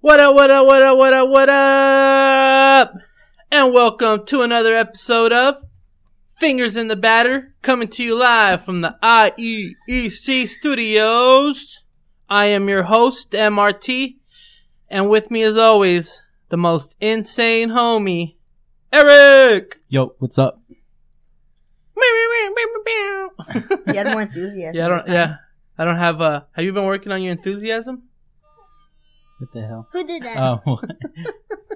What up, what up, what up, what up, what up? And welcome to another episode of Fingers in the Batter, coming to you live from the IEEC studios. I am your host, MRT, and with me as always, the most insane homie, Eric! Yo, what's up? You had more enthusiasm. yeah, I this don't, time. yeah, I don't have a, have you been working on your enthusiasm? What the hell? Who did that? Oh, what?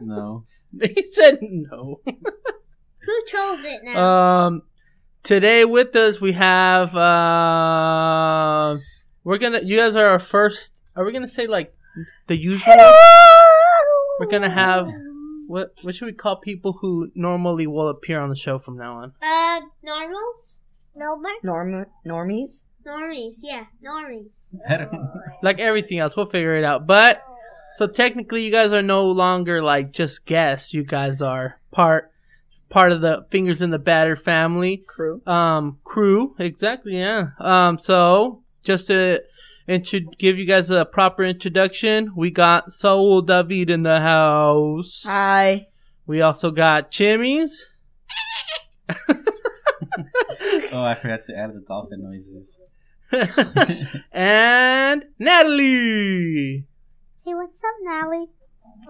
no. He said no. Who chose it now? Um, today with us we have uh, we're gonna. You guys are our first. Are we gonna say like the usual? We're gonna have what? What should we call people who normally will appear on the show from now on? Uh, normals? Normal? Norm- normies? Normies, yeah, normies. Like everything else, we'll figure it out. But so technically, you guys are no longer like just guests. You guys are part part of the fingers in the batter family. Crew. um crew exactly yeah um so just to intro- give you guys a proper introduction we got soul david in the house Hi. we also got chimmies oh, I forgot to add the dolphin noises. and natalie Hey, what's up, Nally?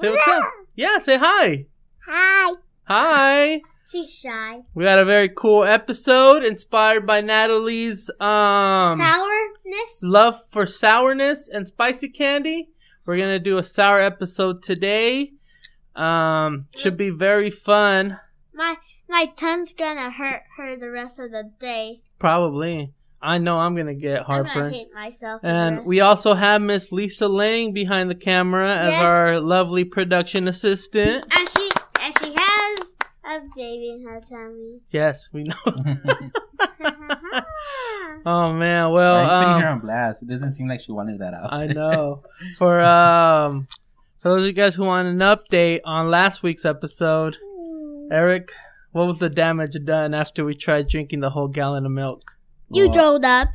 say what's up yeah say hi Hi. hi She's shy. we got a very cool episode inspired by natalie's um Sourness? love for sourness and spicy candy. We're gonna do a sour episode today. Um, should be very fun, My my tongue's gonna hurt her the rest of the day. probably. I know I'm gonna get I'm gonna heartburn. hate myself. the And rest. we also have Miss Lisa Lang behind the camera as Yes. our lovely production assistant. And she and she has a baby in her tummy. Yes, we know. Ah. Oh man, well, Why are you um, putting her on blast? It doesn't seem like she wanted that out. I know. For um, for those of you guys who want an update on last week's episode, Eric, what was the damage done after we tried drinking the whole gallon of milk? you Well, drilled up.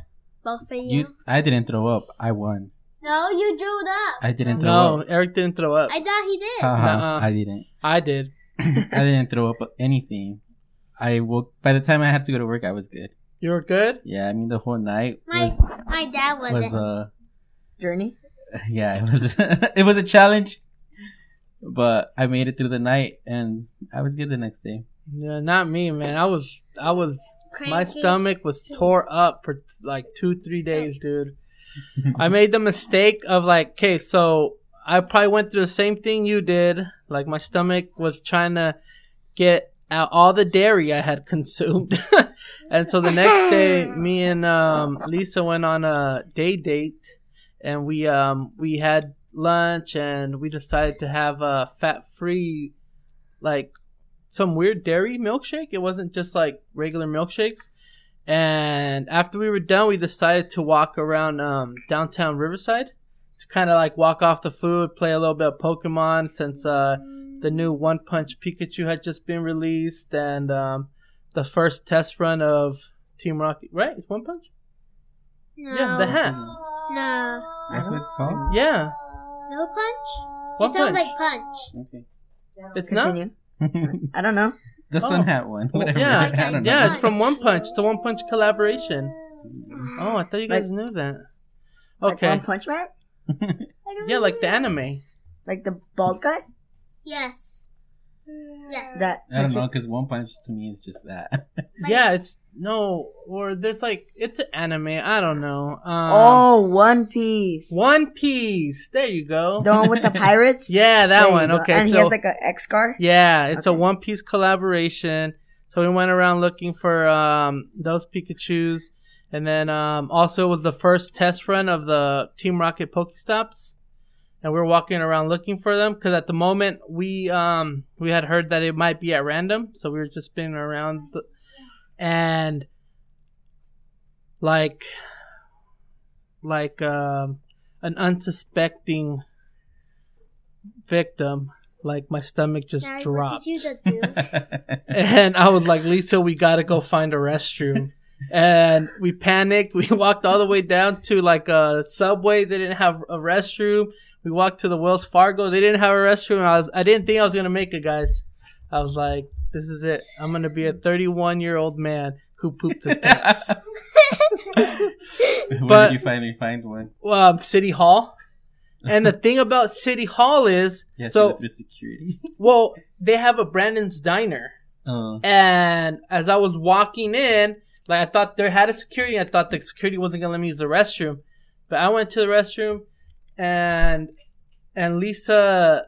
Both of you. You, I didn't throw up. I won. No, you drilled up. I didn't throw No, up. Eric didn't throw up. I thought he Uh, did. Haha, Nuh-uh. I didn't. I did. I didn't throw up anything. I woke. By the time I had to go to work, I was good. You were good. Yeah, I mean the whole night My was my dad wasn't. was uh Journey. yeah it was it was a challenge, but I made it through the night and I was good the next day. Yeah, not me, man. I was, I was. My Cranky. stomach was tore up for like two, three days, dude. I made the mistake of like, okay, so I probably went through the same thing you did. Like my stomach was trying to get out all the dairy I had consumed, and so the next day, me and um, Lisa went on a day date, and we um, we had lunch, and we decided to have a fat free, like some weird dairy milkshake. It wasn't just like regular milkshakes. And after we were done, we decided to walk around um, downtown Riverside to kind of like walk off the food, play a little bit of Pokemon since uh, the new One Punch Pikachu had just been released and um, the first test run of Team Rocket. Right? It's One Punch? No. Yeah, the hat. No. That's what it's called. Yeah. No punch? What it sounds punch? like punch. Okay. It's not? Continue. I don't know. The Oh. sun hat one. Well, Whatever. yeah, I don't know. Yeah, it's from One Punch. It's a One Punch collaboration. Oh, I thought you guys Like- knew that. Like Okay. One Punch Man? I don't Yeah, like the know. anime. Like the bald guy? Yes. Yes. That I don't know because one punch to me is just that. Like- Yeah, it's no, or there's like it's an anime. I don't know. Um, Oh, One Piece. One Piece. There you go. The one with the pirates? yeah, that There you one. go. Okay, And so he has like an X scar? yeah, it's a Okay. One Piece collaboration. So we went around looking for um, those Pikachu's, and then um, also it was the first test run of the Team Rocket Pokestops, and we are walking around looking for them because at the moment we um, we had heard that it might be at random, so we were just spinning around, the, and like like um, an unsuspecting victim, like my stomach just Dad, dropped What did you do? and I was like, Lisa, we gotta go find a restroom. And we panicked. We walked all the way down to like a subway. They didn't have a restroom. We walked to the Wells Fargo. They didn't have a restroom. I was, I didn't think I was gonna make it, guys. I was like, this is it. I'm gonna be a 31 year old man who pooped his pants. When But- did you finally find one? um, City Hall. And the thing about City Hall is, Yes, so through security. well, they have a Brandon's Diner. Oh, And as I was walking in, like I thought there had a security. I thought the security wasn't gonna let me use the restroom, but I went to the restroom, and and Lisa,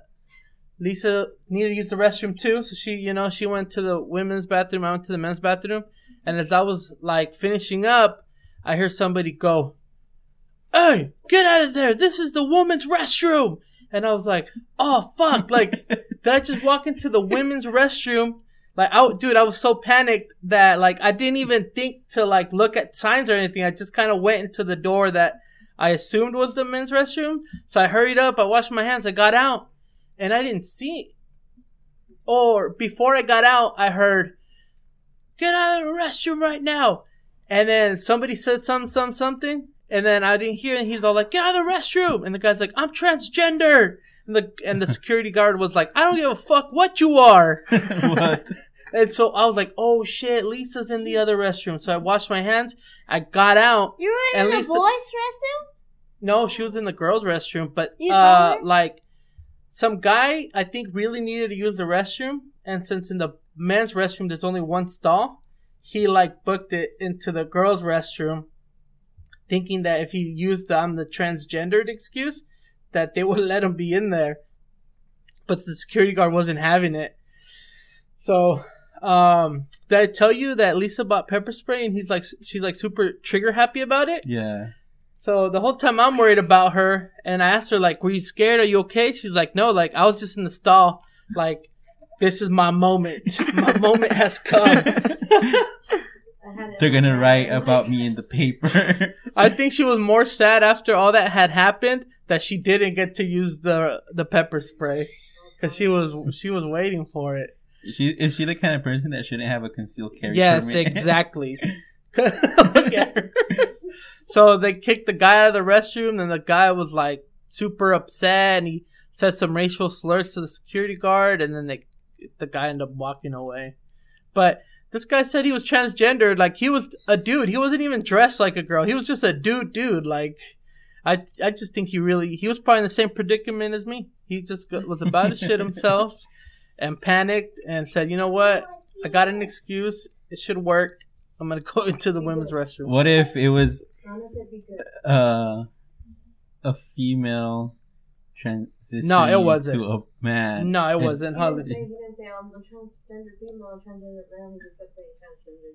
Lisa needed to use the restroom too. So she, you know, she went to the women's bathroom. I went to the men's bathroom, and as I was like finishing up, I hear somebody go, "Hey, get out of there! This is the woman's restroom." And I was like, "Oh fuck!" Like, did I just walk into the women's restroom? Like, I, dude, I was so panicked that like I didn't even think to like look at signs or anything. I just kind of went into the door that I assumed was the men's restroom. So I hurried up, I washed my hands, I got out, and I didn't see. Or before I got out, I heard, "Get out of the restroom right now!" And then somebody said some some something, and then I didn't hear, and he's all like, "Get out of the restroom!" And the guy's like, "I'm transgender." And the, and the security guard was like, I don't give a fuck what you are. what? And so I was like, oh shit, Lisa's in the other restroom. So I washed my hands. I got out. You were At in the least- boys' restroom? No, she was in the girls' restroom, but You saw uh, her? like some guy I think really needed to use the restroom. And since in the men's restroom there's only one stall, he like booked it into the girls' restroom, thinking that if he used the I'm the transgendered excuse, that they would let him be in there. But the security guard wasn't having it. So, um, did I tell you that Lisa bought pepper spray and he's like, she's like super trigger happy about it? Yeah. So the whole time I'm worried about her, and I asked her like, "Were you scared? Are you okay?" She's like, "No, like I was just in the stall. Like this is my moment. My moment has come." They're gonna write about me in the paper. I think she was more sad after all that had happened that she didn't get to use the the pepper spray because she was she was waiting for it. she is she the kind of person that shouldn't have a concealed carry? Yes, permit? exactly. Look at her. So they kicked the guy out of the restroom, and the guy was like super upset, and he said some racial slurs to the security guard, and then they, the guy ended up walking away. But this guy said he was transgendered. Like he was a dude. He wasn't even dressed like a girl. He was just a dude, dude. Like I, I just think he really he was probably in the same predicament as me. He just go- was about to shit himself, and panicked, and said, you know what? I got an excuse. It should work. I'm gonna go into the women's restroom. What if it was uh, a female transition? No, it wasn't. To a man. No, it And- wasn't. Holly. say-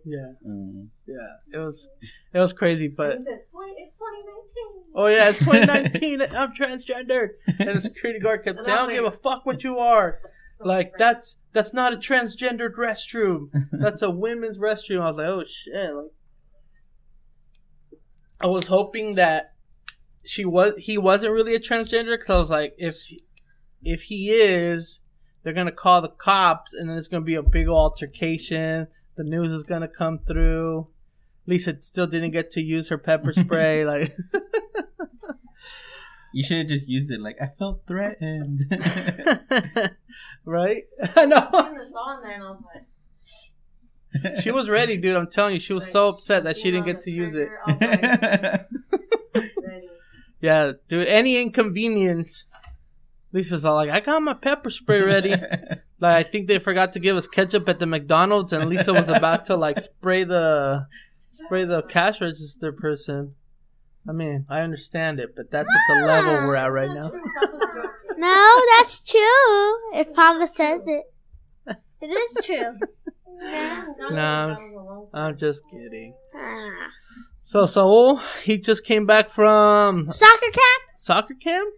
Yeah, Mm. yeah. It was, it was crazy, but it's 2019. oh yeah, it's 2019. and I'm transgendered, and the security guard kept saying, "I don't give a fuck what you are." Like that's that's not a transgendered restroom. That's a women's restroom. I was like, oh shit. Like, I was hoping that she was he wasn't really a transgender because I was like, if if he is, they're gonna call the cops, and then it's gonna be a big ol' altercation. The news is gonna come through. Lisa still didn't get to use her pepper spray. like, You should have just used it. Like I felt threatened. right? I know. I saw in there and I was like, She was ready, dude. I'm telling you, she was so upset that she didn't get to use it. Yeah, dude. Any inconvenience. Lisa's all like, I got my pepper spray ready. like, I think they forgot to give us ketchup at the McDonald's, and Lisa was about to like spray the spray the cash register person. I mean, I understand it, but that's at the level we're at right now. No, that's true. If Papa says it, it is true. No, I'm just kidding. Ah. So Saul, he just came back from Soccer cap? soccer camp.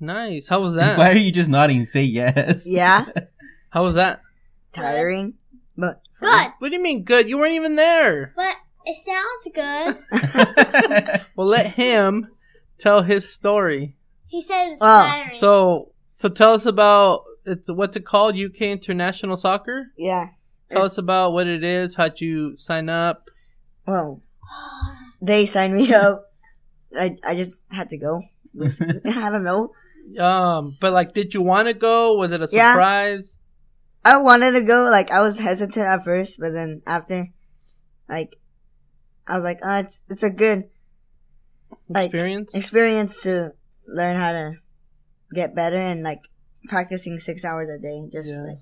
Nice. How was Why that? are you just nodding? Say yes. Yeah, How was that? tiring, but Good. What do you mean good? You weren't even there. But it sounds good. Well, let him tell his story. He says it's Oh, tiring. So, so tell us about it's what's it called? UK International Soccer. yeah. Tell us about what it is. How'd you sign up? Well, they signed me up. I I just had to go. I don't know. Um, but like, did you want to go? Was it a Yeah. surprise? I wanted to go. Like I was hesitant at first, but then after, like, I was like, oh, it's it's a good Like, Experience? experience to learn how to get better and like practicing six hours a day, just Yeah. like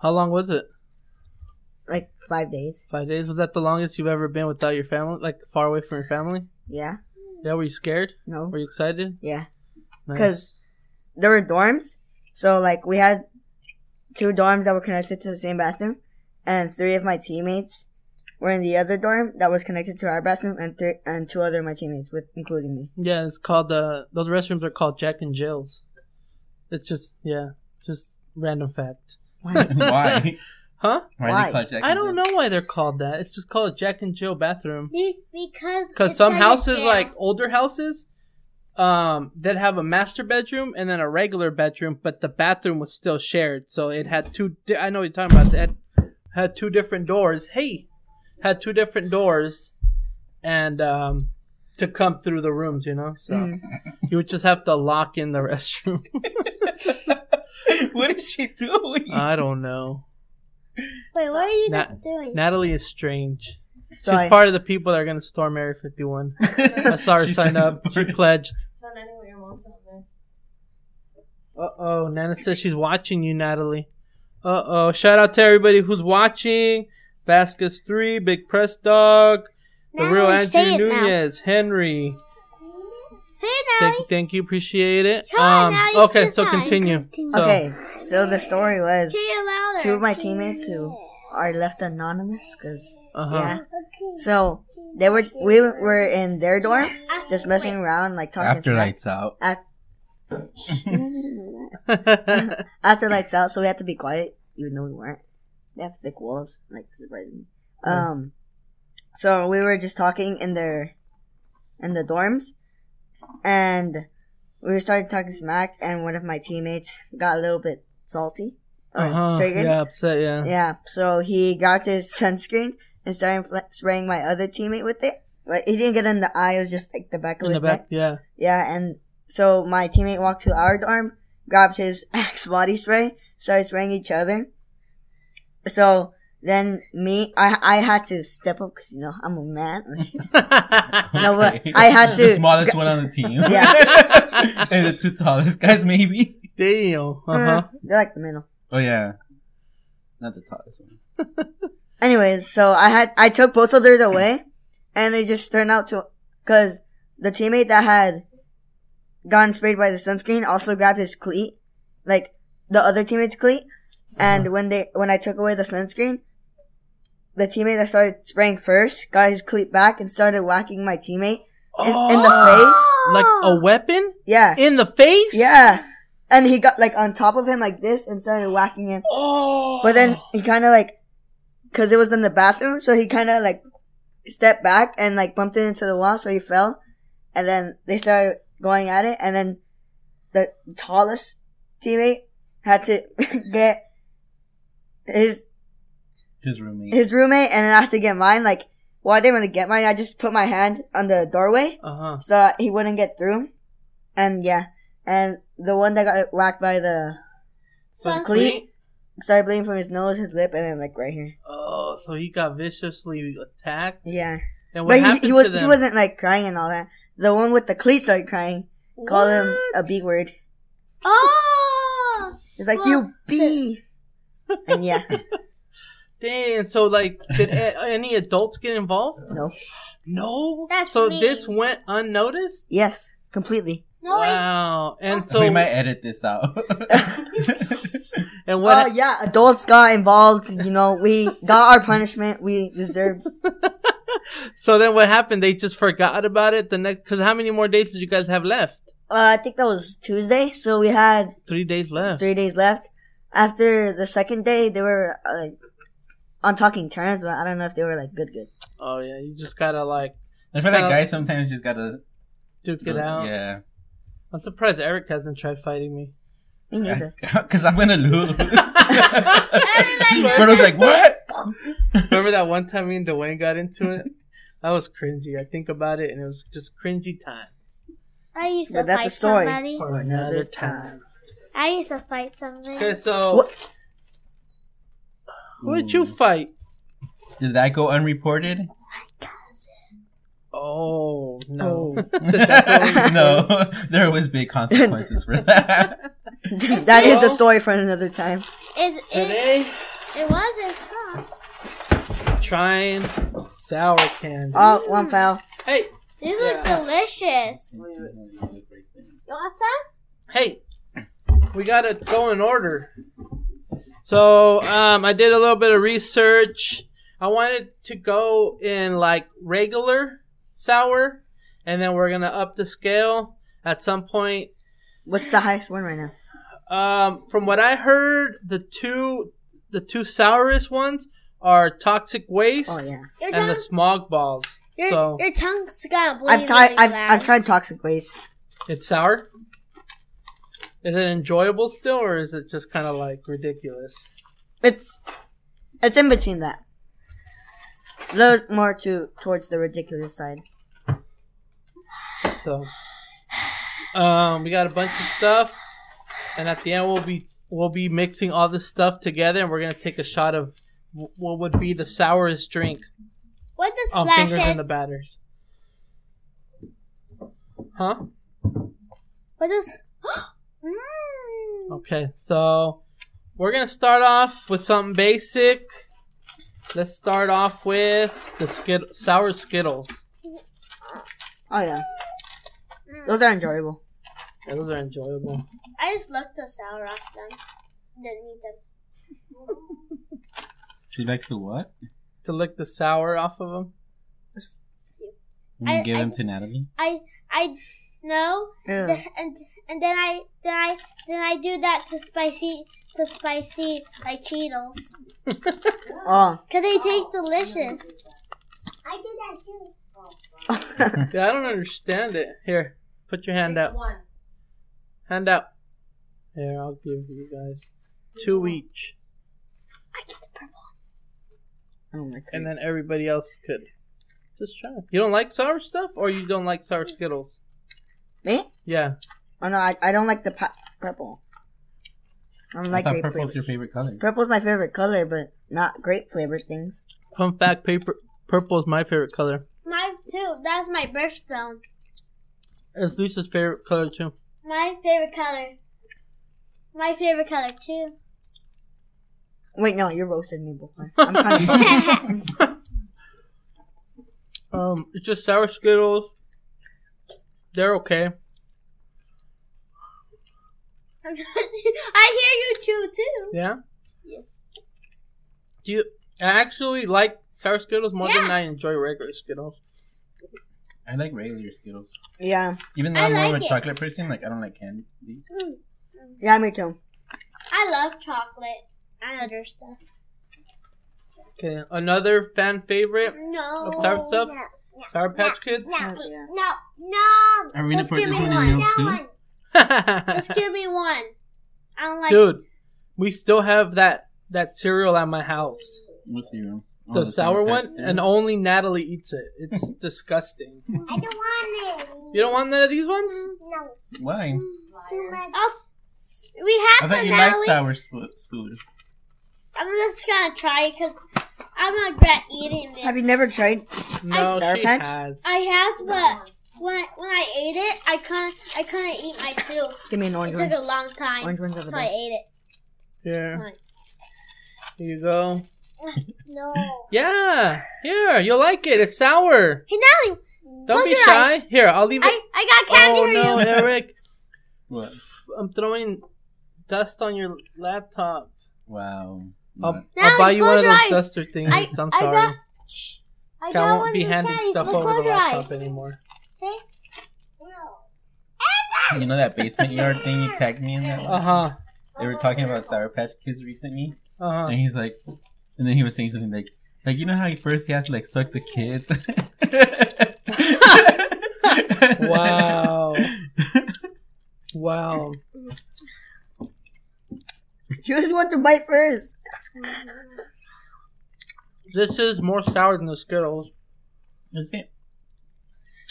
How long was it? like five days. Five days? Was that the longest you've ever been without your family? Like, far away from your family? Yeah. Yeah, were you scared? No. Were you excited? Yeah. Nice. Because there were dorms, so like we had two dorms that were connected to the same bathroom, and three of my teammates were in the other dorm that was connected to our bathroom, and three and two other of my teammates, with including me. Yeah, it's called uh those restrooms are called Jack and Jill's. It's just yeah, just random fact. Why? Why? Huh? Why? Why? They call Jack I and don't Jill? know why they're called that. It's just called a Jack and Jill bathroom. Be- Because Cuz it's some like a houses jail. like older houses um that have a master bedroom and then a regular bedroom, but the bathroom was still shared. So it had two di- I know what you're talking about. It had, had two different doors. Hey, had two different doors and um to come through the rooms, you know? So Mhm. you would just have to lock in the restroom. what is she doing? I don't know. Wait, what are you Na- guys doing? Natalie is strange. So She's I, part of the people that are going to storm Area 51. I saw her She sign signed up. up for She it. pledged. Don't end it with your mom's out there. Uh oh. Nana says she's watching you, Natalie. Uh oh. Shout out to everybody who's watching. Vasquez 3, Big Press Dog, The Real Natalie, say Andrew it now. Nunez, Henry. Say it now. Thank you, thank you, appreciate it. Come on, Um, Natalie, okay, sit so down. continue. So, okay. So the story was Say it louder. two of my teammates who are left anonymous because uh-huh. yeah. So they were we were in their dorm just messing around like talking. After smack. lights out. after lights out, so we had to be quiet, even though we weren't. They have thick walls, like surprisingly. Um, so we were just talking in their, in the dorms, and we started talking smack, and one of my teammates got a little bit salty or uh-huh. triggered. Yeah, upset, yeah. Yeah, so he got his sunscreen and started fl- spraying my other teammate with it. But he didn't get in the eye; it was just like the back of In the his back, neck. yeah. Yeah, and so my teammate walked to our dorm, grabbed his Axe body spray, started spraying each other. So then me, I I had to step up because you know I'm a man. No, but Okay. I had The to- smallest one on the team. Yeah. and the two tallest guys, maybe. Damn. Uh-huh. They're like the middle. Oh yeah, not the tallest one. Anyways, so I had I took both of theirs away, and they just turned out to because the teammate that had gotten sprayed by the sunscreen also grabbed his cleat, like the other teammate's cleat, and when they when I took away the sunscreen, the teammate that started spraying first got his cleat back and started whacking my teammate in, in the face. Oh! like a weapon Yeah, in the face. yeah, and he got like on top of him like this and started whacking him. Oh. But then he kind of like, cause it was in the bathroom, so he kind of like stepped back and like bumped it into the wall, so he fell. And then they started going at it, and then the tallest teammate had to get his His roommate. his roommate, and then I had to get mine. Like, well, I didn't really get mine. I just put my hand on the doorway Uh huh. so he wouldn't get through. And yeah, and the one that got whacked by the Sunscreen. cleat started bleeding from his nose, his lip, and then like right here. Oh, so he got viciously attacked. Yeah. And what But happened he, he was to them? he wasn't like crying and all that. The one with the cleats started crying, called him a B word. Oh! He's like, Well, "You B," and yeah, Damn. So like, did a- any adults get involved? no, No. That's so me. this went unnoticed. yes, completely. No, wait. wow. Oh. And we so might edit this out. and Oh what? yeah, adults got involved. You know, we got our punishment we deserved. Uh, so then what happened? They just forgot about it the next. Because how many more dates did you guys have left? Uh, I think that was Tuesday, so we had Three days left. three days left. After the second day, they were uh, on talking terms, but I don't know if they were like good, good. Oh yeah, you just gotta like I feel like guys sometimes just gotta duke it out. Oh, Yeah, I'm surprised Eric hasn't tried fighting me. Me neither. because I'm gonna lose. Everybody But I was like, what? Remember that one time me and Dwayne got into it? That was cringy. I think about it, and it was just cringy times. I used to But that's a fight story. somebody. for another time. I used to fight somebody. Okay, so What? who did you fight? Did that go unreported? Oh no! Oh. no, there was big consequences for that. that is a story for another time. It, it, Today, it was his fault. trying sour candy. Oh, one foul. hey, These look Yeah. delicious. You want some? hey, we gotta go in order. So, um, I did a little bit of research. I wanted to go in like regular sour, and then we're gonna up the scale at some point. What's the highest one right now? Um, from what I heard, the two the two sourest ones are toxic waste Oh yeah. Your and the tongue, smog balls. your, so your tongue's got bleeding. I've tried. I've, I've tried toxic waste. it's sour. Is it enjoyable still, or is it just kind of like ridiculous? It's it's in between that. A little more to towards the ridiculous side. So, um, we got a bunch of stuff, and at the end we'll be we'll be mixing all this stuff together, and we're gonna take a shot of wh- what would be the sourest drink What does on flash Oh, fingers it? and the batters. Huh? What does? Mm. Okay, so we're gonna start off with something basic. Let's start off with the skid- sour Skittles. Oh yeah. Mm. Those are enjoyable. Yeah, Those are enjoyable. I just looked the sour off them. Didn't need them. She likes the what? To lick the sour off of them. You mean I- give I- them to Natalie. I I no. Yeah. Th- and and then I then I then I do that to spicy to spicy like Cheetos. Oh. Cause they taste delicious. I did that too. Oh, Yeah, I don't understand it. Here, put your hand out. One. Hand out. Here, I'll give you guys two each, oh my and god. then everybody else could just try. it. You don't like sour stuff, or you don't like sour Skittles? Me? Yeah. Oh no, I, I don't like the pi- purple. I don't like I grape thought purple's flavors. your favorite color. Purple's my favorite color, but not grape flavored things. Fun fact: paper purple is my favorite color. My too. That's my birthstone. It's Lisa's favorite color too. My favorite color. My favorite color too. Wait, no, you roasted me before. I'm kind of Um, it's just sour Skittles. They're okay. I hear you chew too. Yeah. Yes. Do you? I actually like sour Skittles more than Yeah. I enjoy regular Skittles. I like regular Skittles. yeah, Even though I I'm more like of a it. chocolate person, like I don't like candy. Mm. yeah, me too. I love chocolate and other stuff. Okay. Another fan favorite, No. Of sour stuff? Sour Patch Kids. No. Oh, yeah. No. No. Are we gonna Just put give this me one one. in milk That too? one. Just give me one. I don't like. Dude, we still have that that cereal at my house. What's your? The sour one, and only Natalie eats it. It's disgusting. I don't want it. You don't want none of these ones? No. why? Too much. Oh, we have I to, thought you Natalie. like sour sp- food. I'm just gonna try it because I'm not regret eating this. Have you never tried? No, Sour she Patch? has. I have, but when I, when I ate it, I couldn't I couldn't eat my two. Give me an It orange took one. a long time. Orange ones are the So I best. ate it. Here, Fine. here you go. No. Yeah, here you'll like it. It's sour. Hey Natalie, Don't Close be your shy. eyes. Here, I'll leave it. I, I got candy oh for no, you. Eric! What? I'm throwing dust on your laptop. Wow. Um, I'll, Natalie, I'll buy you one close of your those eyes. duster things. I- I, am I sorry. got- I, I, won't be one handing candy. stuff Look, over close the your laptop eyes. anymore. See? You know that basement yard thing you tagged me in? That Uh huh. They were talking about Sour Patch Kids recently, Uh huh. and he's like, and then he was saying something like, like you know how you first you have to like suck the kids. Wow. Wow. You just want to bite first. This is more sour than the Skittles. That's it.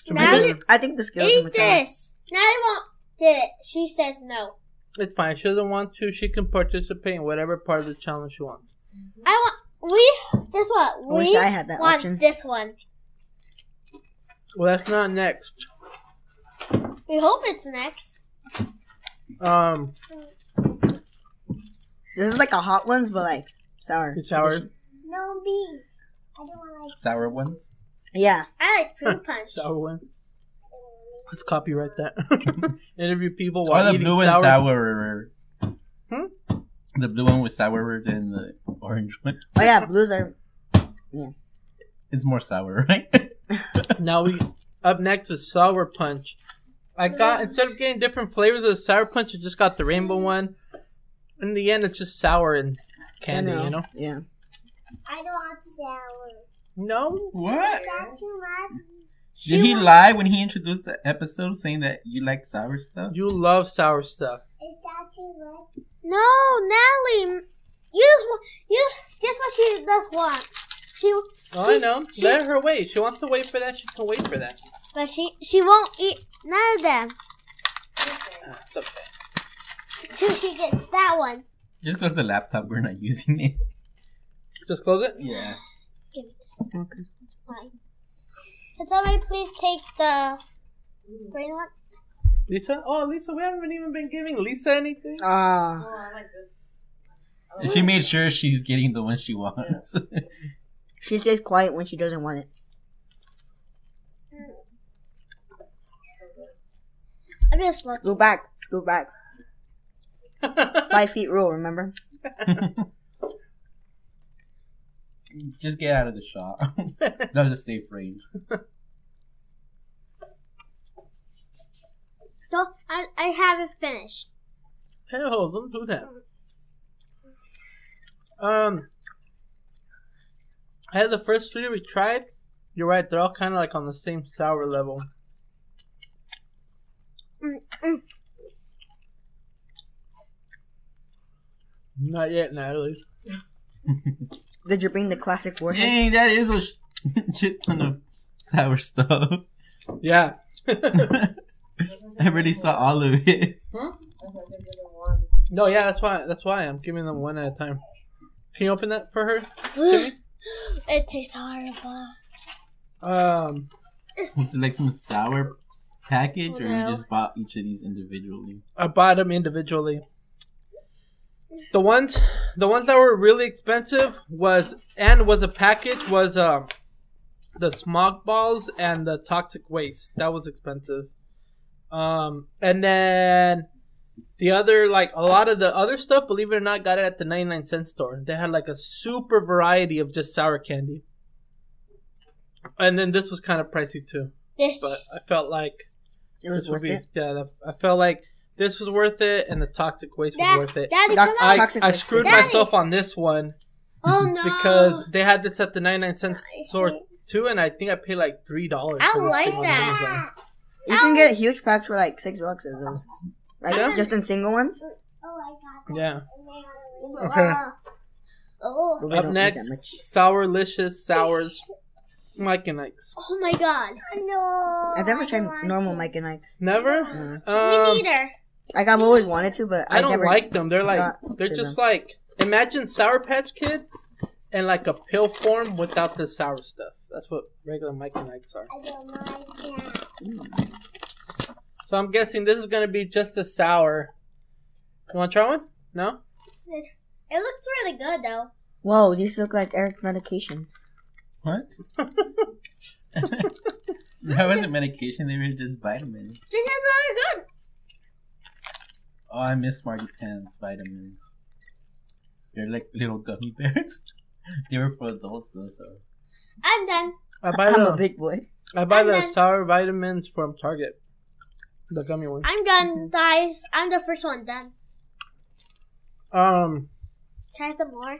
To Now me, I think the skills. Eat this. No, I won't do it. She says no. It's fine. If she doesn't want to, she can participate in whatever part of the challenge she wants. I want. We guess what? I We wish I had that want option. this one. Well, that's not next. We hope it's next. Um, This is like a hot ones, but like sour. it's sour, No beans. I don't want like Sour ones. Yeah. I like fruit punch. sour one. Let's copyright that. Interview people Or while Oh, the eating blue sour. and sourer. Hmm? The blue one was sourer than the orange one. Oh yeah, blues are. It's more sour, right? Now we up next is sour punch. I got instead of getting different flavors of sour punch, I just got the rainbow one. In the end, it's just sour and candy, you know. Yeah. I don't want sour. No, what? Is that too much? Did he lie when he introduced the episode saying that you like sour stuff? you love sour stuff. Is that too much? No, Natalie. You just wa- you guess what she just wants. She Oh, I know. Let her wait. She wants to wait for that. She can wait for that. but she she won't eat none of them Ah, It's okay. till she gets that one. Just because the laptop, we're not using it. Just close it. Yeah. Fine. Can somebody please take the green one? Lisa. Oh, Lisa. We haven't even been giving Lisa anything. Oh, Ah. She made sure she's getting the one she wants. She stays quiet when she doesn't want it. I'm just looking. Go back. Go back. Five feet rule. Remember? just get out of the shot. that was a safe range. No, I, I haven't finished. Hell, don't do that. Um, I had the first three we tried. You're right; they're all kind of like on the same sour level. Not yet, Natalie. Did you bring the classic warheads? Dang, that is a sh- shit ton of sour stuff. Yeah. I really saw all of it. no, yeah, that's why. That's why I'm giving them one at a time. Can you open that for her? Timmy? It tastes horrible. Um, Was it like some sour package, or No. you just bought each of these individually? I bought them individually. The ones, the ones that were really expensive was and was a package was um, the smog balls and the toxic waste. That was expensive. Um, and then the other like a lot of the other stuff, believe it or not, got it at the ninety nine cent store. They had like a super variety of just sour candy. And then this was kind of pricey too, This but uh, I felt like It was this would worth be, it. Yeah, that, I felt like this was worth it, and the toxic waste That- was worth it. Daddy, Doc- come on. I, Toxic I waste. screwed Daddy. myself on this one oh no. because they had this at the 99 cent store too, and I think I paid like three dollars. I for this like thing on that. Amazon. You can get huge packs for like six bucks of those. Like Yeah. just in single ones. Oh, I got that. Yeah. And they had a little- Okay. Oh, But we Up don't need that next, sourlicious sours, Mike and Ike's. oh my god. No. much. I've never Oh, I tried don't want normal to. Mike and Ike. Never. Mm. Um, Me neither. Like I've always wanted to, but I, I don't never, like them. They're like got they're to just like imagine Sour Patch Kids in like a pill form without the sour stuff. That's what regular Mike and Ike's are. I don't like that. So I'm guessing this is gonna be just a sour. You want to try one? No. It looks really good though. Whoa, these look like Eric's medication. What? that wasn't medication. They were just vitamins. This is really good. Oh, I miss Margie Tan's vitamins. They're like little gummy bears. they were for adults though, so I'm done. I buy I'm a the big boy. I buy the I'm in. sour vitamins from Target. The gummy ones. I'm done, guys. I'm the first one done. Um, Can I have some more?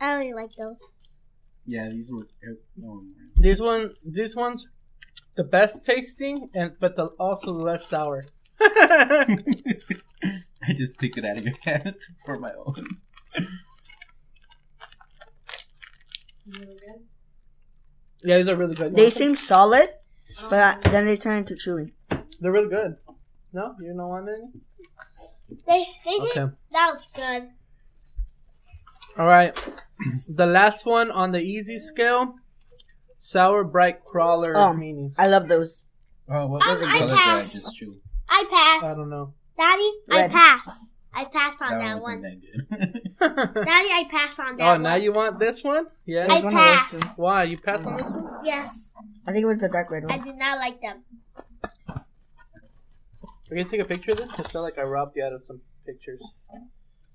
I don't really like those. yeah, these were. Oh, man. these one, these ones, the best tasting and but the also the less sour. I just took it out of your hand for my own. yeah, these are really good. They seem solid, So that, then they turn into chewy. They're really good. No, you don't want any. They, they did. Okay. That was good. All right. The last one on the easy scale, sour bright crawler Oh, meanies. I, I love those. Oh, what was Um, the I color that I pass. just chewed? I pass. don't know. Daddy, I Red. pass. I pass on that, That, one. wasn't that good. oh, Daddy, I pass on that one. now you want this one? Yeah. I There's one I like pass. too. Why you passed on this one? Yes, I think it was the dark red I one. did not like them. We're gonna take a picture of this. I feel like I robbed you out of some pictures.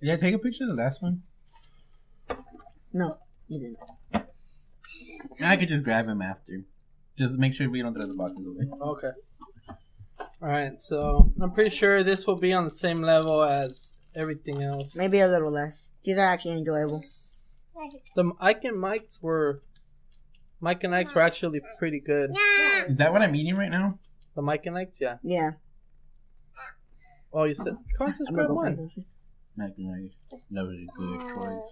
yeah, take a picture of the last one. No, you didn't. I could just grab him after. Just make sure we don't throw the boxes away. Okay. All right. So I'm pretty sure this will be on the same level as everything else. Maybe a little less. These are actually enjoyable. The Ike and Mike's were, Mike and Ike's were actually pretty good. Yeah. Is that what I'm eating right now? The Mike and Ike's, yeah. Yeah. Oh, you said, can't just I'm grab gonna go grab one. those. Mac and rice. That was a good choice.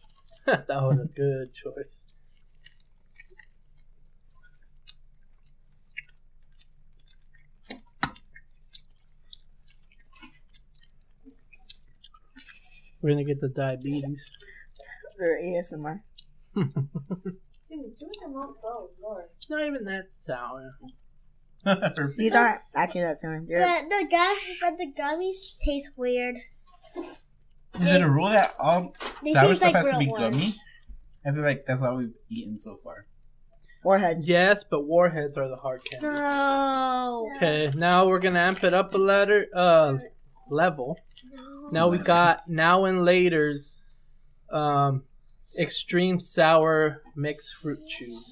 that was a good choice. We're gonna get the diabetes. They're ASMR. It's not even that sour. Perfect. These aren't actually that sour. They're, But the gum, but the gummies taste weird. Is it a rule that all They sour taste stuff like has to real be ones. gummy? I feel like that's all we've eaten so far. warhead. Yes, but warheads are the hard candy. No. Okay, now we're gonna amp it up a letter uh level. Now we got now and later's um extreme sour mixed fruit chews.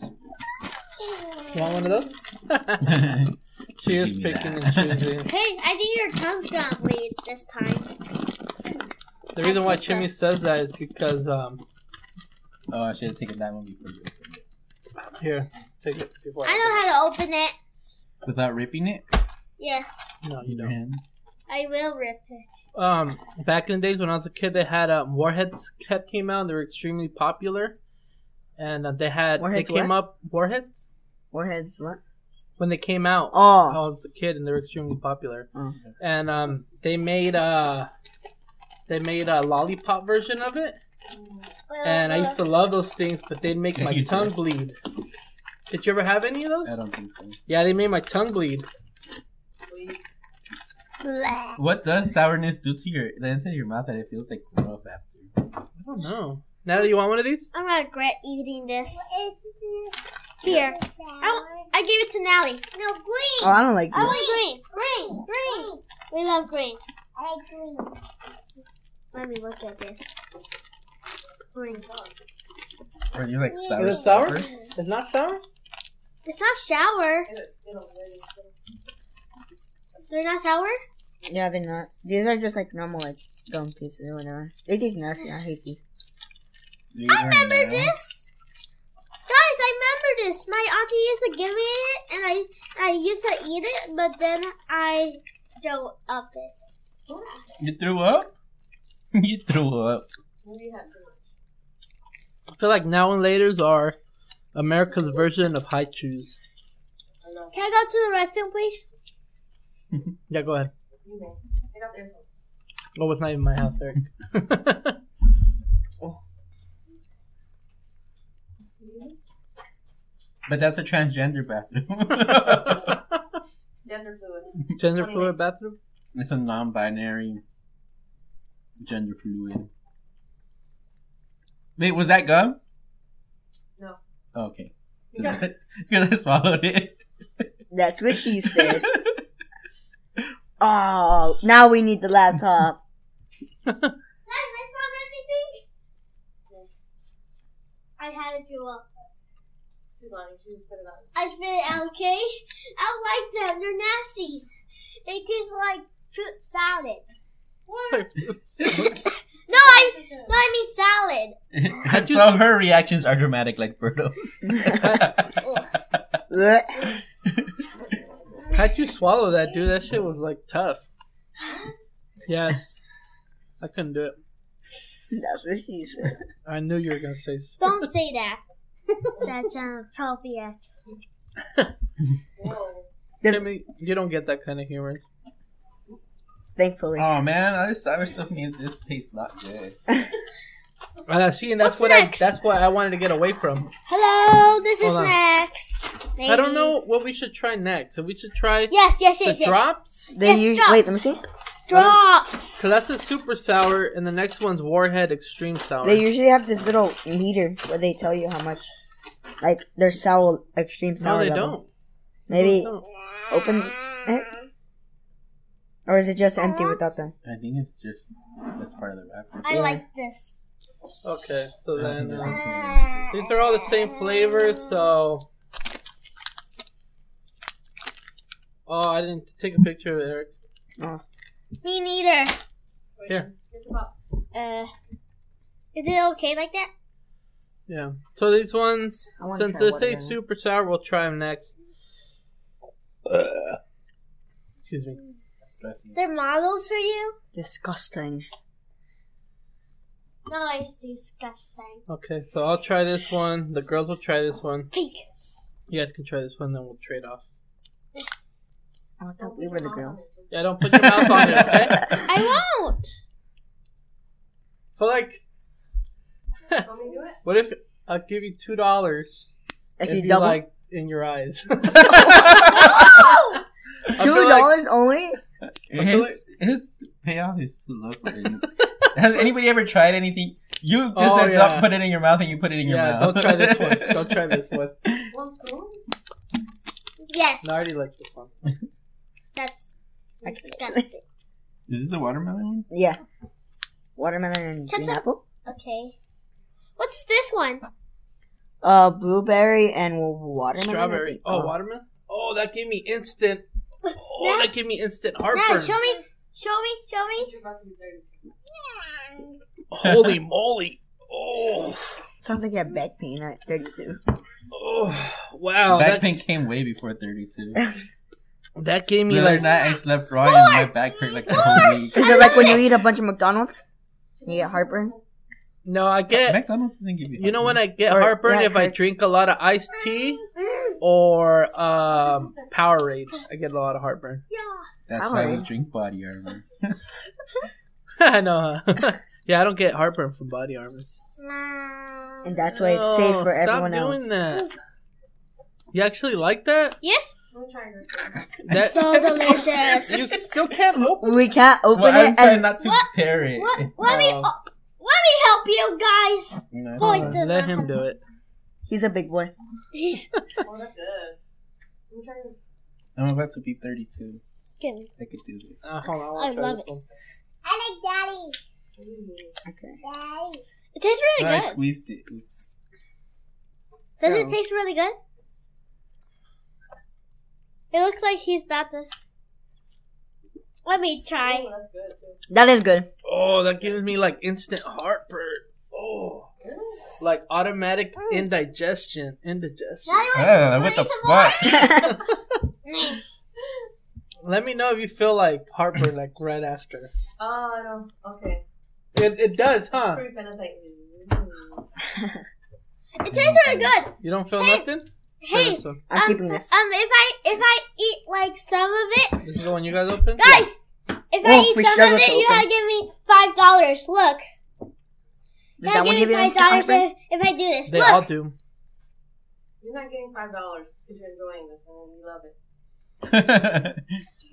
You want one of those? she is Give me picking that. and choosing. Hey, I think your tongue's gonna bleed this time. The reason why Chimmy says that is because um oh, I should have taken that one before you opened it. here, take it before I know how to open it. Without ripping it? Yes, do it. No, you Your don't. hand? I will rip it. Um back in the days when I was a kid they had um warheads that came out and they were extremely popular. And uh, they had Warheads they came what? up warheads Warheads. What? when they came out. Oh. I was a kid and they were extremely popular. Oh. And um, they made a they made a lollipop version of it, Mm, and I used to love those things, but they'd make my You did. tongue bleed. Did you ever have any of I those? don't think so. Yeah, they made my tongue bleed. Bleh. What does sourness do to your the inside of your mouth that it feels like rough after? I don't know. Natalie, you want one of these? I'm gonna regret eating this. It's Here, sour. I gave it to Nally. No, green. Oh, I don't like I this. want green. green, green. We love green. I like green. Let me look at this. Green. Or you like sour? Is it sour? peppers? It's not sour. It's not sour. They're not sour? Yeah, they're not. These are just like normal like gum pieces or whatever. They taste nasty. I hate these. These I are remember now. this. Guys, I remember this. My auntie used to give me it, and I I used to eat it, but then I throw up it. You threw up? you threw up. I feel like now and later's are America's version of high chews. Can I go to the restroom, please? Yeah, go ahead. Oh, it's not even my house, Eric. But that's a transgender bathroom. Gender Gender fluid. fluid bathroom? it's a non binary gender fluid. Wait, was that gum? Oh, No. Okay. Because I swallowed it. That's what she said. oh, now we need the laptop. Guys, I saw anything. I had to throw up. Too long. You should just put it on. I spit it out, okay? I don't like them. They're nasty. They taste like fruit salad. No, I no, I mean salad. I saw her reactions are dramatic like Birdo's. Blech. How'd you swallow that, dude? That shit was like tough. Yeah, I couldn't do it. That's what she said. I knew you were gonna say. Don't uh, say that. That's inappropriate. Whoa. Did- Timmy, you don't get that kind of humor. Thank- thankfully. Oh man, all this sour stuff means this tastes not good. And I Uh, see, and that's What's what next? I that's what I wanted to get away from. Hello, this is Hold on. next. I don't Maybe. know what we should try next. So we should try Yes, yes, the yes, yes. drops, they yes, usually wait. drops. Let me see. Drops. because that's a super sour, and the next one's Warhead Extreme Sour. They usually have this little meter where they tell you how much, like their sour extreme no, sour. they level. don't. Maybe They don't. open it, or is it just empty without them? I think it's just that's part of the wrapper. I Yeah. like this. Okay, so I think then there's uh, something in it. these are all the same flavors. So, oh, I didn't take a picture of it, Eric. Me neither. Here. It's about Uh, is it okay like that? Yeah. So these ones, I wanna since try they say watermelon. super sour, we'll try them next. Excuse me. Dressing. They're models for you? Disgusting. No, it's disgusting. Okay, so I'll try this one. The girls will try this one. Pink. You guys can try this one, then we'll trade off. Oh, I thought we were the girls. Yeah, don't put your mouth on it, okay? I won't. But like, Let me do it. what if I'll give you two dollars If, you double like in your eyes? I two feel like- dollars only, His, his payoff is too low for it. Has anybody ever tried anything? You just Oh, said yeah. don't put it in your mouth and you put it in your yeah, mouth. don't try this one. Don't try this one. One spoon? Yes. No, I already like this one. That's disgusting. Is this the watermelon one? yeah. Watermelon and green Ketchup. apple, Okay. What's this one? uh, blueberry and watermelon. I Strawberry. think. Uh-huh. Oh, watermelon. Oh, that gave me instant. Oh, Now- that gave me instant Now, heartburn. show me. Show me. Show me. You're about to be 32. Holy moly! Oh, sounds like you have back pain at thirty-two. oh, wow. back That, pain came way before 32. that gave me The other like night I slept wrong and my back hurt like the whole week. Is it like when you eat a bunch of McDonald's? You get heartburn. no. I get. McDonald's doesn't give you. You know when I get Or heartburn that if I hurts. drink a lot of iced tea or um, Powerade. I get a lot of heartburn. That's why we Alright. drink body armor. I know. huh? yeah, I don't get heartburn from body armor. And that's why it's safe No, for stop everyone doing else. that. You actually like that? Yes. Let me try yours. That- So delicious. you still can't open. We can't open well, I'm it and trying not to tear it. What? Let me. Oh. oh, let me help you guys. No. Boy, Uh, let him do it. he's a big boy. Oh, that's good. Let me try yours. I'm about to be 32. Kidding. I could do this. Uh, hold on, I, I wanna try love this one. I like daddy. Daddy. It tastes No, really I good. squeezed it. Oops. Does it So- taste really good? It looks like he's about to. Let me try. Oh, that's good too. That is good. Oh, that gives me like instant heartburn. Oh, like automatic indigestion. Indigestion. Oh, what the fuck? Let me know if you feel like heartburn like right after. Oh, no. Okay. It, it does, huh? Proof, and it's like, mm. It tastes really good. You don't feel Hey, nothing? Try Hey, This, one. I'm um, keeping this. Um, if I if I eat like some of it, This is the one you guys opened? guys, if I Well, eat we some struggle of it, to you open. gotta give me five dollars. Look, Does gotta that one give give me you five instant dollars heartburn? if, if I do this. They Look, all do. You're not getting $5 because you're enjoying this and you love it.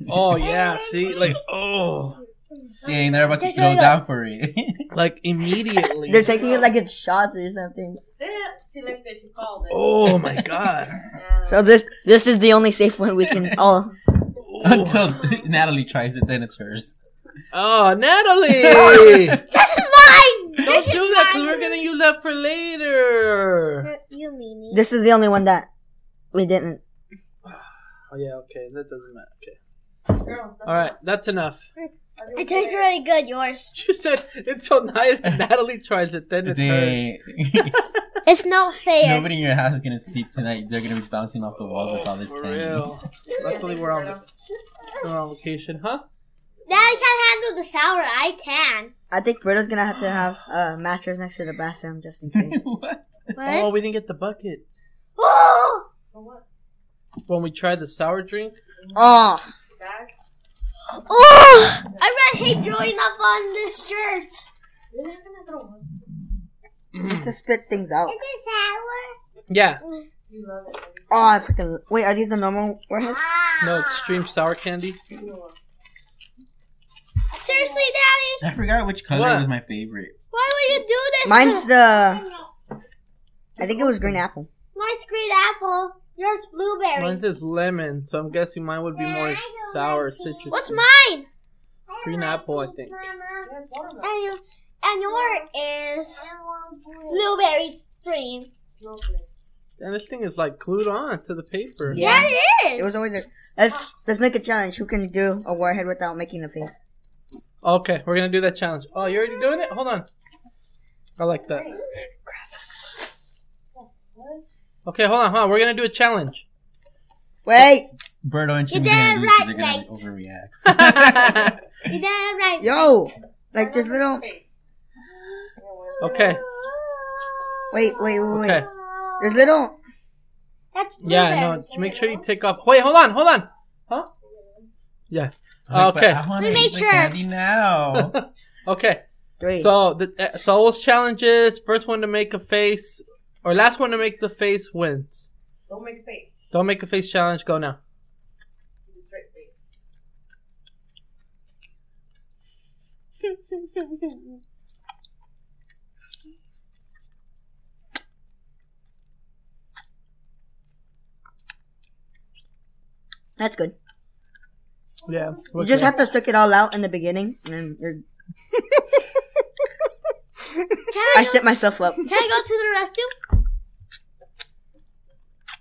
Oh, yeah. See? Like, oh. Dang, they're about to Just go like down for it. Like, immediately. They're taking it like it's shots or something. Yeah, Eh, she likes that she called it. Oh, my God. Yeah. So this this is the only safe one we can all. Oh. Until Natalie tries it, then it's hers. Oh, Natalie! this is mine. Don't do that because we're gonna use that for later. You meanie. This is the only one that we didn't. Oh yeah, okay, that doesn't matter. Okay, Girls, that's all right, that's enough. not- It tastes really good. Yours. She said until Nat- Natalie tries it, then it's hers. Dang. It's not fair. Nobody in your house is gonna sleep tonight. They're gonna be bouncing off the walls with all this Oh, For candy. real. Luckily, we're on we're on vacation, huh? Now I can't handle the sour. I can. I think Brito's gonna have to have a mattress next to the bathroom just in case. what? What? Oh, we didn't get the bucket Oh! For what? when we tried the sour drink. Oh, Guys, Oh, I read Hey Join Up on this shirt. you're not gonna throw one. just to spit things out. Is it sour? Yeah. You love it. Oh, I freaking wait. Are these the normal warheads? Ah. No extreme sour candy. You know it. Seriously, Daddy, I forgot which color What? was my favorite. why would you do this? Mine's to- the. I think it was green apple. mine's green apple. Yours blueberry. Mine's is lemon, so I'm guessing mine would be more sour, citrus. What's mine? Green apple, I think. Mama. Yeah, four of them. And your and your is blueberry cream. No good. And this thing is like glued on to the paper. Yeah. Yeah, it is. It was always a, let's let's make a challenge. Who can do a warhead without making a face? Okay, we're gonna do that challenge. Oh, you're already doing it? Hold on. I like that. Okay, hold on, hold on. We're gonna do a challenge. Wait, Birdo and You Chimney did are it they're right, gonna overreact. you did it right. yo, like this little. okay. Wait, wait, wait, wait. Okay. There's little. That's blueberry. Yeah, no. Make sure you take off. Wait, hold on, hold on. Huh? Yeah. Like, but Okay. I wanna We made eat the sure. candy now. okay. Three. So the uh, so all those challenges. First one to make a face, or last one to make the face wins. Don't make a face. Don't make a face challenge. Go now. Keep a straight face. That's good. Yeah. You just have to suck it all out in the beginning, and you're, Can I, I go, set myself up. can I go to the restroom?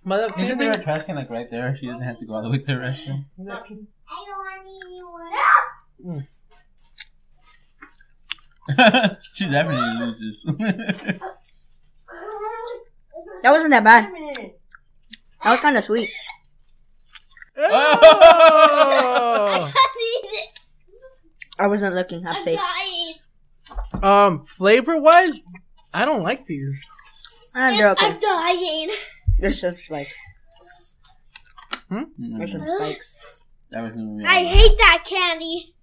Mother, Isn't there a trash can like right there? She doesn't have to go all the way to the restroom. I don't want any more. she definitely loses. That wasn't that bad. Come That was kind of sweet. Oh! I need it. I wasn't looking. I'm I'm safe. dying. um, flavor wise, I don't like these. Ah, they're okay. I'm dying. There's some spikes. There's some Mm, spikes. that was gonna be I hate that candy.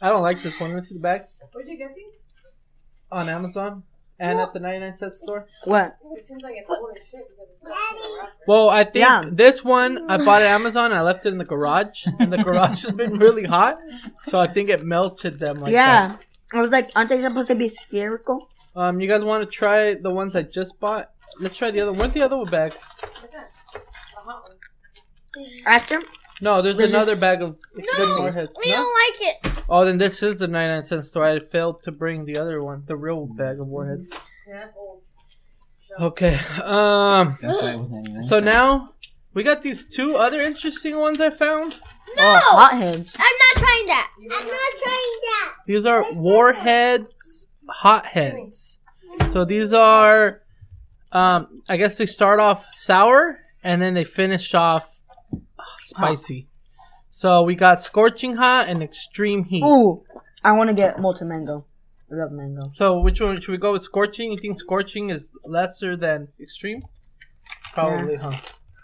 I don't like this one. Let's see the back Where'd you get these? on Amazon and at the 99 cent store. What? It seems like it's old as shit because it's not in the wrapper. Well, I think Yeah. this one I bought at Amazon. I left it in the garage, and the garage has been really hot, so I think it melted them. Like yeah. I was like, aren't they supposed to be spherical? that. Um, you guys want to try the ones I just bought? Let's try the other. Where's the other one bag? Look at that. The hot one. After? No, there's This another is- bag of good No, warheads. We No? don't like it. Oh, then this is the 99 cent store. I failed to bring the other one, the real bag of warheads. Yeah, that's old. Okay. Um. That's why it was 99 So cents. now we got these two other interesting ones I found. No, Oh, hot hands. I'm not trying that. You I'm don't not trying that. These are warheads, hotheads. So these are, um, I guess they start off sour and then they finish off spicy. So we got scorching hot and extreme heat. Ooh, I want to get molten mango. I love mango. So which one should we go with? Scorching? You think scorching is lesser than extreme? Probably,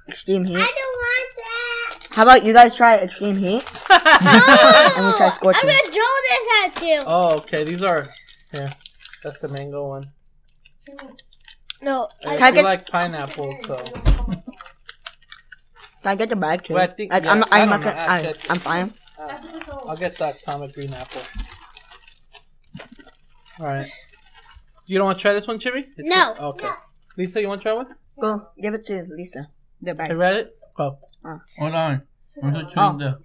Extreme I don't heat. want that. How about you guys try extreme heat? huh? And we try Oh! I'm scorching. gonna throw this at you. oh, okay. These are yeah. That's the mango one. no, I, Can I do get- like pineapple, so Can I get the bag too? Well, I think- Like, I'm, yeah, not- I I'm not don't know. gonna. I I, said- I'm fine. I'll get the atomic green apple. All right. You don't want to try this one, Chibi? It's No. just- okay. Lisa, you want to try one? Go give it to Lisa. The I bag. read it. Oh, Go. Hold on. I'm gonna Oh. turn the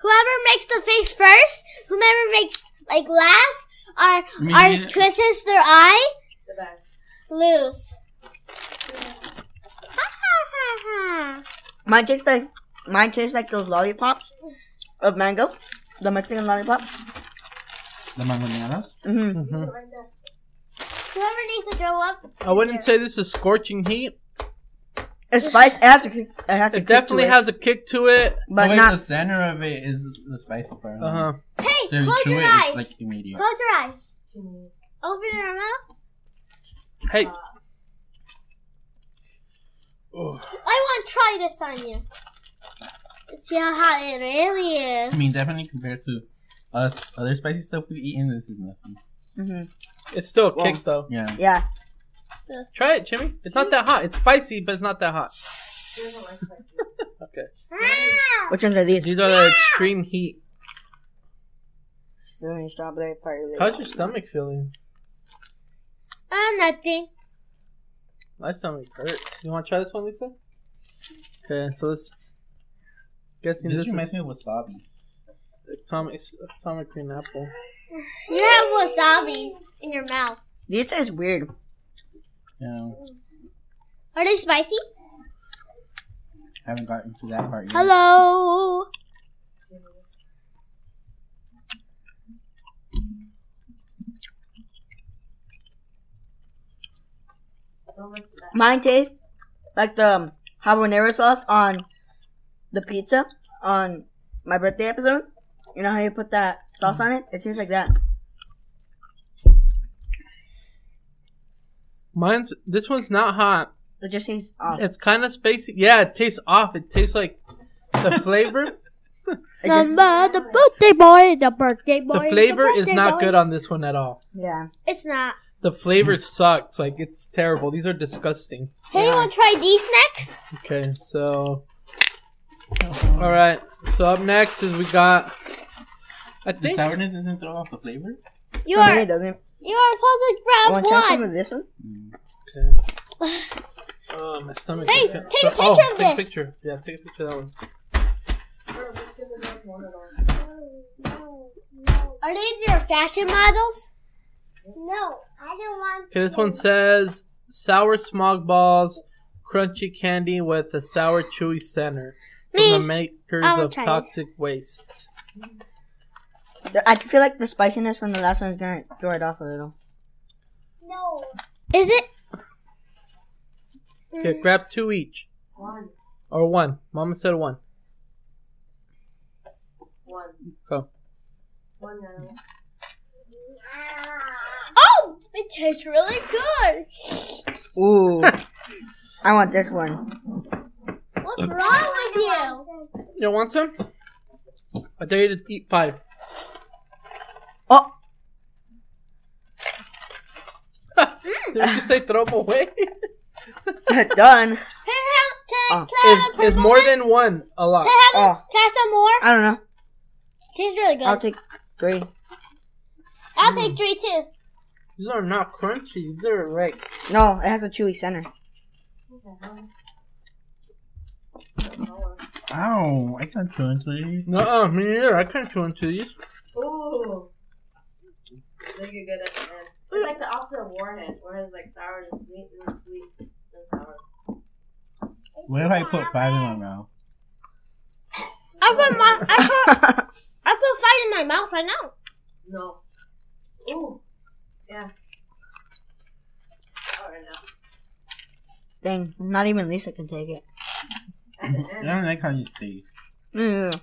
whoever makes the face first, whoever makes like last, or I mean, or you- twists their eye, The bag. lose. Mine tastes like mine tastes like those lollipops of mango, the Mexican lollipop. the mangonadas. Mm-hmm. hmm Right there. whoever needs to throw up, I wouldn't say this is scorching heat. It's spiced. It has to. It has to. It kick to definitely has a kick to it. but oh, wait, not. the center of it is the spicy part. Uh huh. hey, So if you close chew your it, eyes. it's like immediate. Close your eyes. Chimney. Open your mouth. Hey. I want to try this on you. Let's see how hot it really I is. mean, definitely compared to us other spicy stuff we've eaten, this is nothing. hmm It's still a Well- kick though. Yeah. Yeah. Try it, Jimmy. It's not that hot. It's spicy, but it's not that hot. There's no ice cream. Okay. Which ones are these? These are the extreme heat. Cinnamon, strawberry, fire. How's your stomach feeling? Uh, nothing. My stomach hurts. You want to try this one, Lisa? Okay, so this. Guessing This this, reminds is me of wasabi. atomic, atomic green apple. You have wasabi in your mouth. These taste weird. Yeah. Are they spicy? Haven't gotten to that part yet. Hello. Don't listen to that. Mine tastes like the um, habanero sauce on the pizza on my birthday episode. You know how you put that sauce on it? It tastes like that. Mine's. This one's not hot. It just tastes off. It's kind of spicy. Yeah, it tastes off. It tastes like the flavor. It just, Number the birthday boy, the birthday boy. the flavor is birthday not boy. good on this one at all. yeah. It's not. The flavor sucks. Like it's terrible. These are disgusting. Hey, you want to try these next? Okay, so. All right. So up next is we got. I The think sourness doesn't throw off the flavor? You For me, it are doesn't. you are puzzled round Want to try some one. of this one? Mm. Okay. Oh, my stomach. Hey, is fe- take a so- oh, picture of take a this. picture. Yeah, take a picture of that one. Girl, just give the dog one of those. Are they your fashion models? No, I don't want Okay, this one says sour smog balls, crunchy candy with a sour chewy center. From the Me. makers I'll of try it. toxic waste. The- I feel like the spiciness from the last one is gonna throw it off a little. No. Is it? Mm. Okay, grab two each One. or one. Mama said one. One. Go. One now. Oh, it tastes really good. Ooh. I want this one. What's Uh, wrong with you? You want some? I dare you to eat five. Oh, Did you say throw them away? done. Can I have, can I, Uh, can I is have a is purple more Uh, one? than one a lot? Can I have, Oh, can I have some more? I don't know. tastes really good. I'll take three. I'll take three too. These are not crunchy. They're like No, it has a chewy center. Ow, I can't chew into it. no, uh, me neither. I can't chew into these. Ooh. They get good at the end. It's like the opposite of warhead. Warhead is like sour and sweet. This is sweet and sour. What if I put five in my mouth? I put my I put, I put five in my mouth right now. No. Ooh. Yeah. Sour now. Dang, not even Lisa can take it. At the I end. don't like how you taste. Mm, At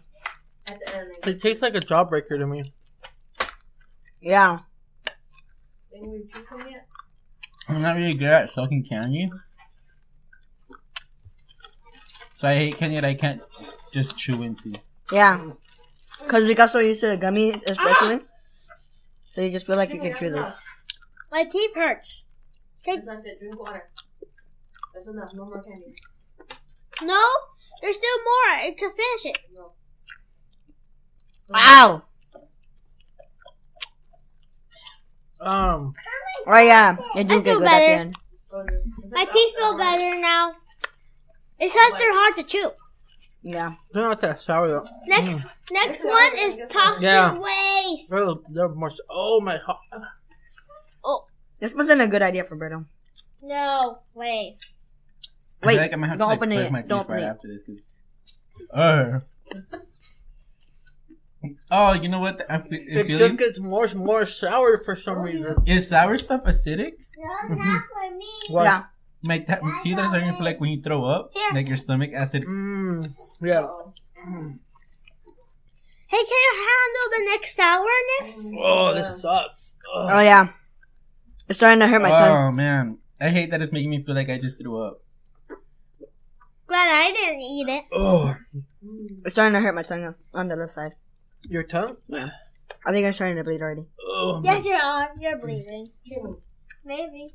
the end. They, It tastes like a jawbreaker to me. yeah. they we chew them yet? I'm not really good at sucking candy. So I hate candy that I can't just chew into. Yeah. Because we got so used to the gummy, especially. So you just feel like you Drink can it, chew that's this. enough. My teeth hurts. That's why I said drink water. That's enough. No more candy. No, there's still more. I can finish it. No. Wow. Um, Right, Oh, yeah. It I do get feel good at the better. end. Oh, yeah. Is it My teeth sour? feel better now. It's because they're hard to chew. Yeah. they're not that sour though. Next, next one is toxic Yeah. waste. They're, they're more. s- Oh my! ho- This wasn't a good idea for Berto. No way. I Wait, feel like I might have don't to like, open break it, my don't teeth right open it. after this 'cause- Ugh. Oh, you know what? I fe- It it just feeling? gets more more sour for some reason. Is sour stuff acidic? No, not for me. What? Yeah. Like that with teeth are starting to feel like when you throw up, Here. like your stomach acid. Mm, yeah. Uh-oh. Hey, can you handle the next sourness? Oh, this sucks. Oh, Ugh. yeah. It's starting to hurt my tongue. Oh man, I hate that it's making me feel like I just threw up. I didn't eat it. Oh, It's starting to hurt my tongue on the left side. your tongue? I think I'm starting to bleed already. Oh, Yes, your arm. You're bleeding. Jimmy. Maybe.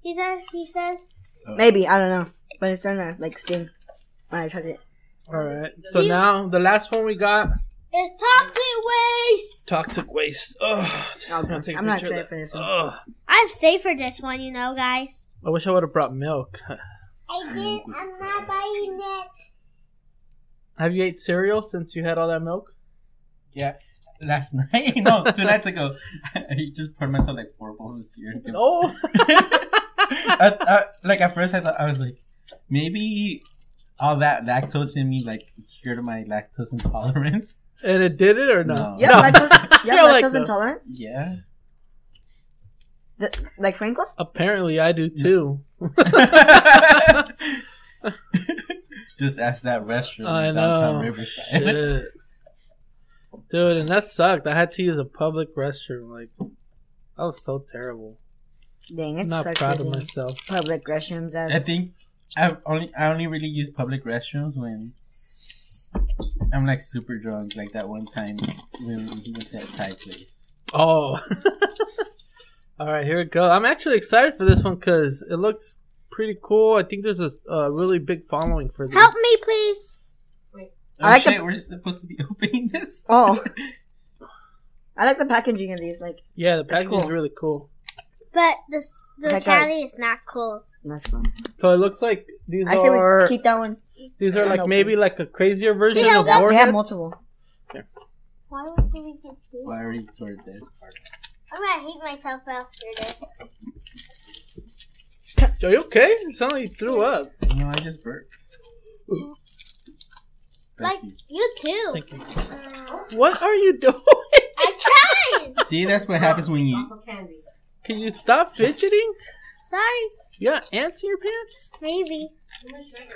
He said. He said. Maybe I don't know, but it's starting to like sting when I touch it. All right. So now the last one we got It's toxic waste. toxic waste. Oh, I'm not excited for this one. Oh, I'm safe for this one, you know, guys. I wish I would have brought milk. I did. I'm not buying it. Have you ate cereal since you had all that milk? Yeah. Last night, no, two nights ago, I just poured myself like four bowls of cereal. Oh, I, I, like at first, I thought I was like, maybe all that lactose in me like cured my lactose intolerance. and it did it or no? No. Yeah, No. lactose, yeah, You're like lactose the- intolerant, Yeah. The- like Frankel. Apparently, I do too. Just ask that restaurant I in downtown know. Riverside. Shit. Dude, and that sucked. I had to use a public restroom. Like, that was so terrible. Dang, I'm it's not sucks proud of using myself. Public restrooms. I As think I only I only really use public restrooms when I'm like super drunk, like that one time when we went to that Thai place. Oh. All right, here we go. I'm actually excited for this one because it looks pretty cool. I think there's a, a really big following for this. Help me, please. Oh I like shit, the- we're supposed to be opening this. oh, I like the packaging of these. Like Yeah, the packaging is cool. really cool. But this, the That guy. candy is not cool. that's fun. So it looks like these I say we are keep that one. these are I like know. maybe like a crazier version Yeah, of that's- They warheads. have multiple. Why would we get this? Why are you toward this part? I'm gonna hate myself after this. Are you okay? It sounded like you threw up. No, I just burped. Like Bless you. you too. Uh, Thank you. What are you doing? I tried. See, that's what happens when you. Apple candy. Can you stop fidgeting? Sorry. You got ants in your pants? Maybe. Too much sugar.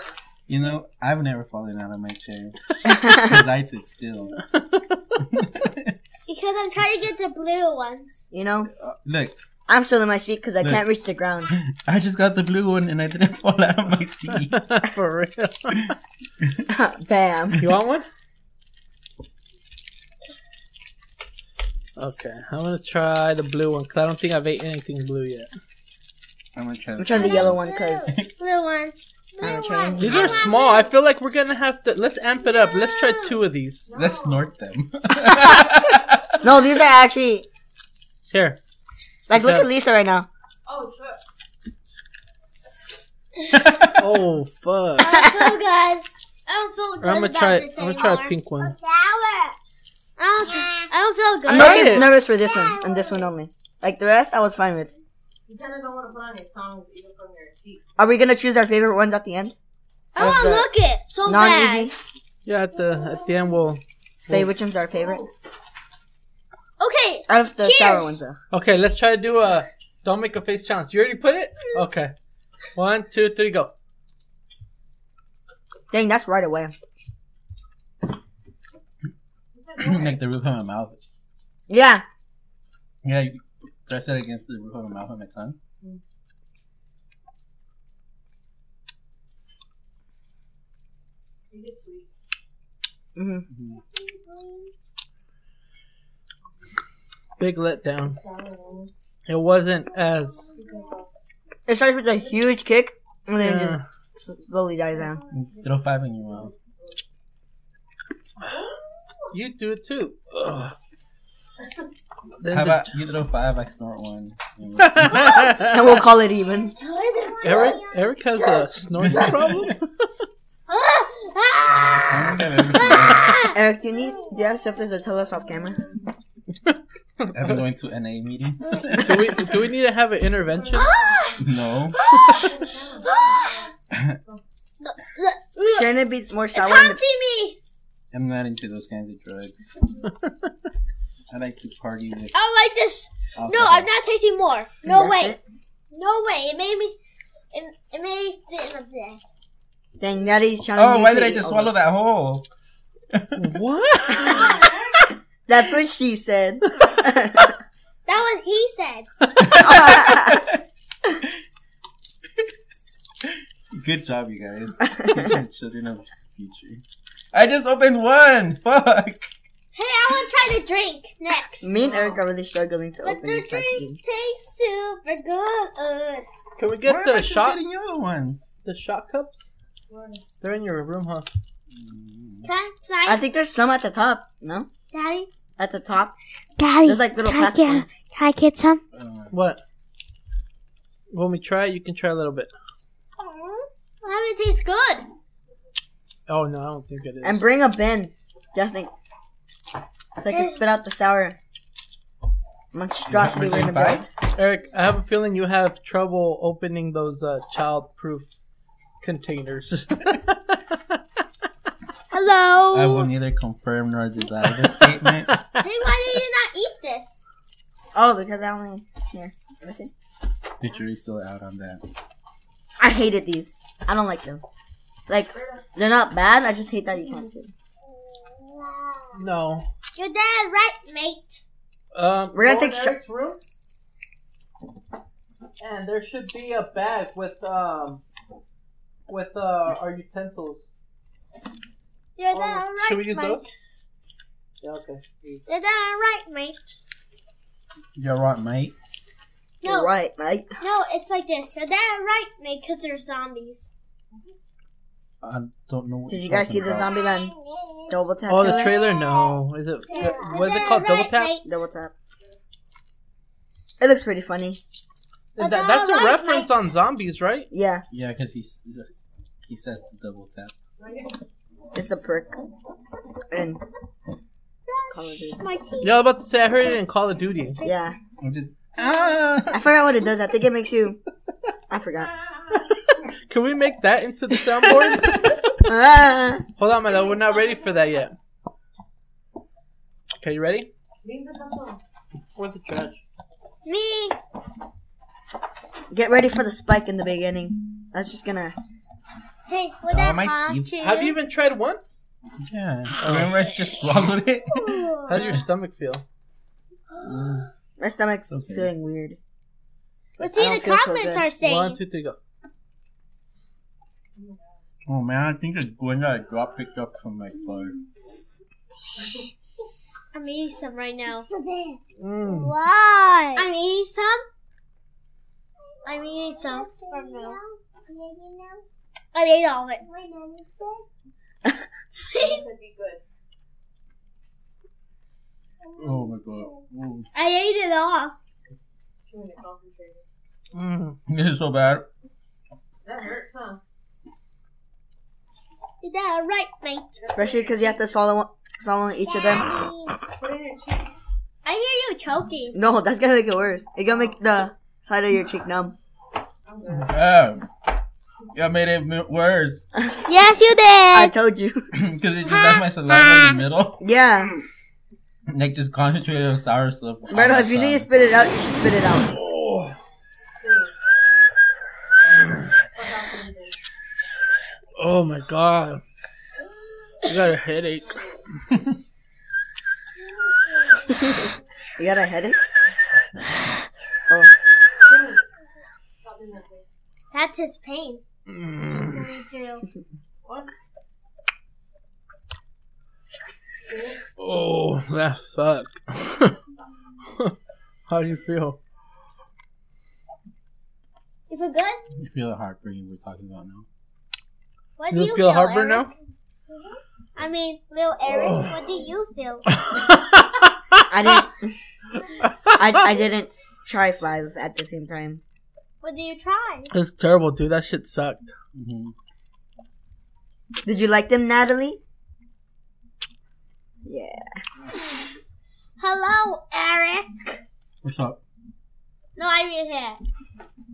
You know, I've never fallen out of my chair because I sit still. Because I'm trying to get the blue ones. you know, Look, I'm still in my seat because I Look. can't reach the ground. I just got the blue one and I didn't fall out of my seat. For real. Bam. You want one? Okay, I'm gonna try the blue one because I don't think I've ate anything blue yet. I'm gonna try. I'm this. trying the yellow one because Blue ones. I'm Blue trying. ones. These are small. I feel like we're gonna have to. Let's amp it up. Let's try two of these. Let's snort them. no, these are actually Here. like look Yeah. at Lisa right now. Oh, sure. Oh fuck! I feel good. I don't feel good I'm gonna about try. I'm this gonna anymore. try a pink one. Sour. I don't, tr- I don't feel I'm good. Try nervous, it. nervous for this one and this one only. Like the rest, I was fine with. You kind of don't want to put on your tongue, even from your teeth. Are we gonna choose our favorite ones at the end? I want to Of the look it so bad. Non-easy. Yeah, at the at the end we'll. Say which one's our favorite. Okay. Out of the sour Cheers. ones, though. Okay, let's try to do a. Don't make a face challenge. You already put it. Okay. One, two, three, go. Dang, that's right away. like the roof of my mouth. Yeah, Yeah, you press it against the roof of my mouth and my tongue. You get sweet. hmm Big letdown. Sour. It wasn't as. it starts with a huge kick and then Yeah. it just slowly dies down. Throw five in your mouth. You do it too. Ugh. How Then about you throw five, I snort one. And just- we'll call it even. Eric, Eric has a snorting problem. Ah! I don't think I've ever done Eric, do you need do you have something to tell us off camera? that. I've been going to NA meetings. Do we do we need to have an intervention? Ah! no. Shouldn't it be more sour? in Talk the- to me. I'm not into those kinds of drugs. I like to party with I don't like this. No, alcohol. I'm not tasting more. No That's way. it? No way. It made me. It, it made me sit up there. Dang, Daddy's challenging. Oh, why you did to I eat just all swallow of that whole? What? it. That's what she said. That was he said. you Good job, you guys. Children of the future. I just opened one. Fuck. Hey, I want to try the drink next. Me and Eric are really struggling to But open the these drink packages. tastes super good. Can we Why get am I the just shot Getting yellow ones. the shot cups? They're in your room, huh? Can I I try, think there's some at the top. No, Daddy? at the top. Daddy, There's like little can I plastic get- ones. can I get some? Uh, What? When we try it, you can try a little bit. Why does it taste good? Oh no, I don't think it is. And bring a bin, just in, so I can spit out the sour monstrosity You we're have gonna my build. Eric, I have a feeling you have trouble opening those uh, child-proof containers. Oh. Hello. I will neither confirm nor deny this statement. hey, why did you not eat this? Oh, because I only here. Let me see. The jury's still out on that. I hated these. I don't like them. Like they're not bad. I just hate that you can't. do it. no. Your dad, right, mate? Um, We're gonna go take in sho- Eric's room. And there should be a bag with um with uh our utensils. Your Oh, dad, should we right, use mate? those? Yeah, okay. Your dad, right, mate? You're right, mate. No, Right, mate. no, it's like this. Your dad, right, mate? Because they're zombies. I don't know. What Did you're you guys see talking the about. Zombieland double tap? Oh, the trailer? No. Is it Yeah. what is Your it dad, called? Double right, tap? mate? Double tap. It looks pretty funny. Is that, that's a Right, reference mate. on zombies, right? Yeah, Yeah, because he's he says the double tap. it's a perk. And Call of Duty. My teeth. Yeah, I was about to say I heard it in Call of Duty. Yeah, I'm just I ah. forgot what it does. I think it makes you. I forgot. Can we make that into the soundboard? Ah. Hold on, my love. We're not ready for that yet. Okay, you ready? Leave this alone. Where's the trash? Me. Get ready for the spike in the beginning. That's just gonna. Hey, would Oh, that my haunt teeth. you? Have you even tried one? Yeah. Remember, I just swallowed it. How does your stomach feel? My stomach's Okay. feeling weird. Let's I see, don't the feel so comments good. are saying. One, two, three, go. Oh man, I think it's going to drop picked up from my car. I'm eating some right now. Mm. Why? I'm eating some. I'm eating some from now. I ate all of it. This would be good. Oh my god. Ooh. I ate it all. Chewing it, concentrating. Mm. This is so bad. That hurts, huh? Is that right, mate? Especially because you have to swallow swallow each of them. Put it in your cheek. I hear you choking. No, that's gonna make it worse. It gonna make the side of your cheek numb. I'm good. Yeah. Y'all made it mi- worse. Yes, you I did. told you. Because it just left my saliva in the middle. yeah, Like, just concentrated on sour stuff. Myrtle, if you need to spit it out, you should spit it out. Oh. Oh my god. I got a headache. You got a headache? That's his pain. Mm. Me too. Oh, that sucks. How do you feel? You feel good? You feel the heartburn we're talking about now. What You do you feel feel, heartburn Eric? Mm-hmm. now? I mean, little Eric, what do you feel? I didn't. I, I didn't try five at the same time. What do you try? That's terrible, dude. That shit sucked. Mm-hmm. Did you like them, Natalie? Yeah. Hello, Eric. What's up? No, I mean here.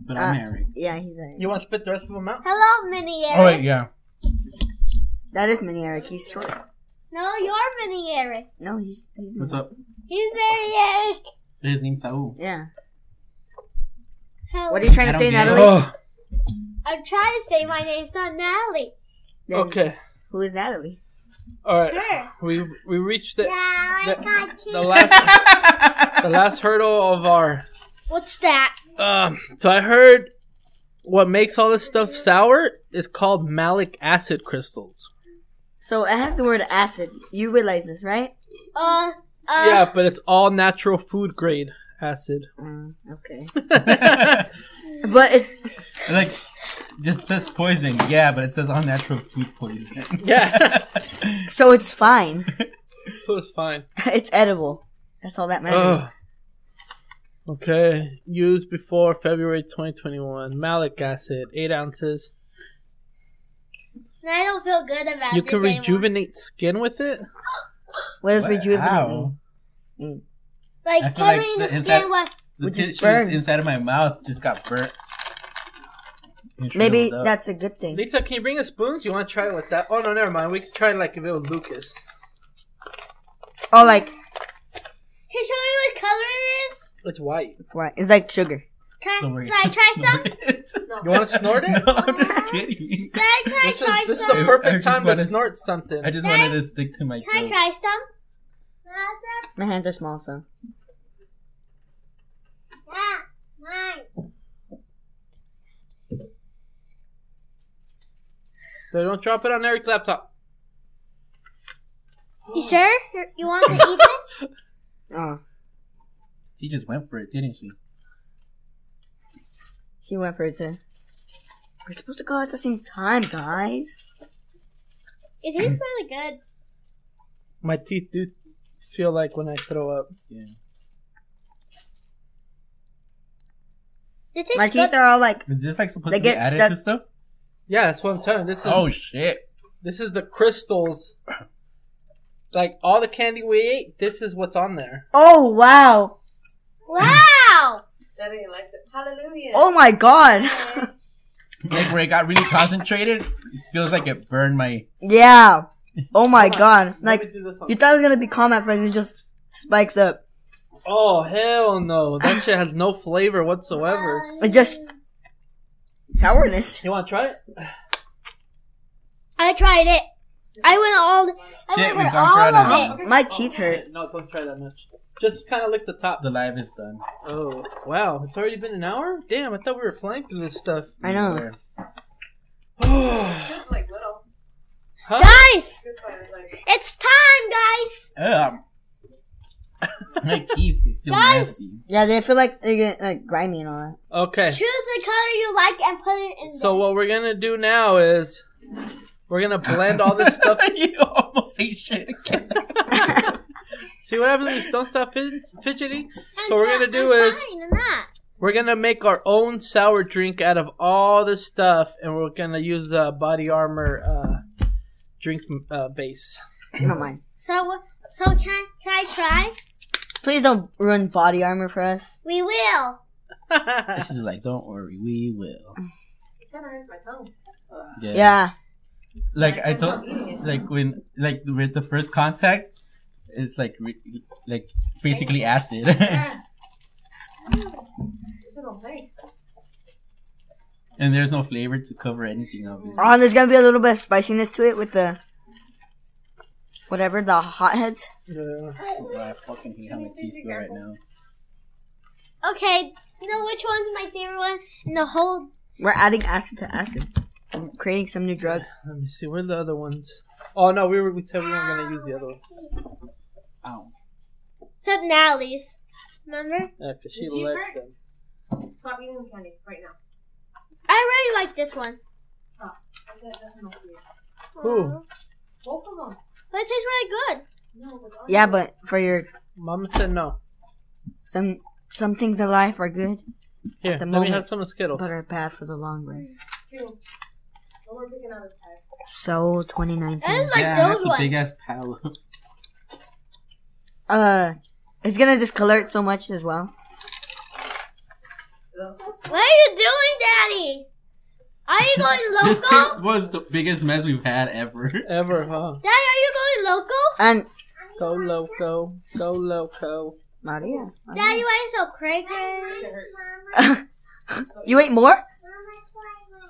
But I'm Uh, Eric. Yeah, he's a, You want to spit the rest of them out? Hello, mini Eric. Oh, wait, yeah. that is mini Eric. He's short. No, you're mini Eric. No, he's he's What's mini. up? He's very Eric. His name's Saul. Yeah. Hello. What are you trying to I say, don't get it. Oh, Natalie? I'm trying to say my name's not Natalie. Then okay. Who is Natalie? All right. Her. We we reached the I the, got you. the last the last hurdle of our What's that? Um, so I heard what makes all this stuff sour is called malic acid crystals. So it has the word acid. You realize this, right? Uh, uh, yeah, but it's all natural food grade acid. Mm, okay. like But it's this says poison, yeah, but it says unnatural food poison. Yeah. so it's fine. so it's fine. it's edible. That's all that matters. Ugh. Okay. Used before February 2021. Malic acid, 8 ounces. I don't feel good about You this can anymore. rejuvenate skin with it? What Mm. does Wow. rejuvenate mean? I Like feel like covering the, the skin inside- with. The Which is tissues burnt. inside of my mouth just got burnt. And Maybe shriveled up. that's a good thing. Lisa, can you bring the spoons? You want to try it with that? Oh, no, never mind. We can try it like if it was Lucas. Oh, like Can you show me what color it is? It's white. right? It's like sugar. Can, So we're can gonna I try snort some? it. You want to snort it? No, I'm just kidding. Can I try, This try is, this is some? the I perfect just time to wanna- snort something. I just wanted to stick to my Can I throat. try some? Awesome. My hands are small, so Yeah, mine. So don't drop it on Eric's laptop. You sure? You're- You want to eat this? oh, She just went for it, didn't she? she went for it too. We're supposed to go at the same time, guys. It tastes really good. My teeth do feel like when I throw up. Yeah. It tastes My good. teeth are all like Is this like supposed They to be get added stuck- to stuff? Yeah, that's what I'm telling. you. This is Oh shit! this is the crystals. Like all the candy we ate, this is what's on there. Oh wow! Wow! Daddy likes it. Hallelujah. Oh my god! Like where it got really concentrated, it feels like it burned my. yeah. Oh my Come on, god! Let me Like do this one. you thought it was gonna be calm at first, it just spiked up. oh hell no! That shit has no flavor whatsoever. It just sourness. You want to try it? I tried it. I went all. I Shit, went we've for gone for all an hour. of it. My teeth hurt. No, don't try that much. Just kind of lick the top. The live is done. Oh wow! It's already been an hour. Damn, I thought we were flying through this stuff. I know. Where- huh? It's like little. Guys, Good for it, like- it's time, guys. Ugh. my teeth feel Guys! nasty. Yeah, they feel like they get like grimy and all that. Okay. Choose the color you like and put it in So what we're gonna do now is we're gonna blend all this stuff. you almost ate shit again. See what happens? when you Don't stop fid- fidgeting. there. so what we're I'm gonna try- do I'm is- trying to not. We're gonna make our own sour drink out of all this stuff, and we're gonna use uh, body armor uh, drink uh, base. Not mine. So so can can I try? Please don't ruin body armor for us. We will. Uh, She's like, don't worry, we will. It kind of hurts my tongue. Yeah. Like I I'm not don't eating it. like when like with the first contact, it's like re- like basically acid. Yeah. This little thing. and there's no flavor to cover anything obviously. Oh, and there's gonna be a little bit of spiciness to it with the whatever the hotheads. Yeah. Wow, I fucking hate how my teeth feel right now. Okay. You know which one's my favorite one in the whole. We're adding acid to acid, We're creating some new drug. Let me see. Where are the other ones? Oh no, we were we said we weren't gonna use the other one. Ow. Except Natalie's. Remember? Yeah, 'cause she Did you liked hurt? them. Stop eating the candy right now. I really like this one. I said that's enough for you. Who? Both of them. But it tastes really good. No, it's on Yeah, you. but for your Mama said no. some some things in life are good, Here, At the let me moment, have some of Skittles. but are bad for the long run. Two. No more picking out his pie. So That 2019. is like yeah, those that's a ones. big ass pal. Uh, it's gonna discolor it so much as well. Ugh. What are you doing, Daddy? Are you going this loco? tape was the biggest mess we've had ever. Ever, huh? Daddy, are you going loco? And Go loco, go loco. Maria, Daddy, why are you so cray It cray? hurts. Maria. you ate more?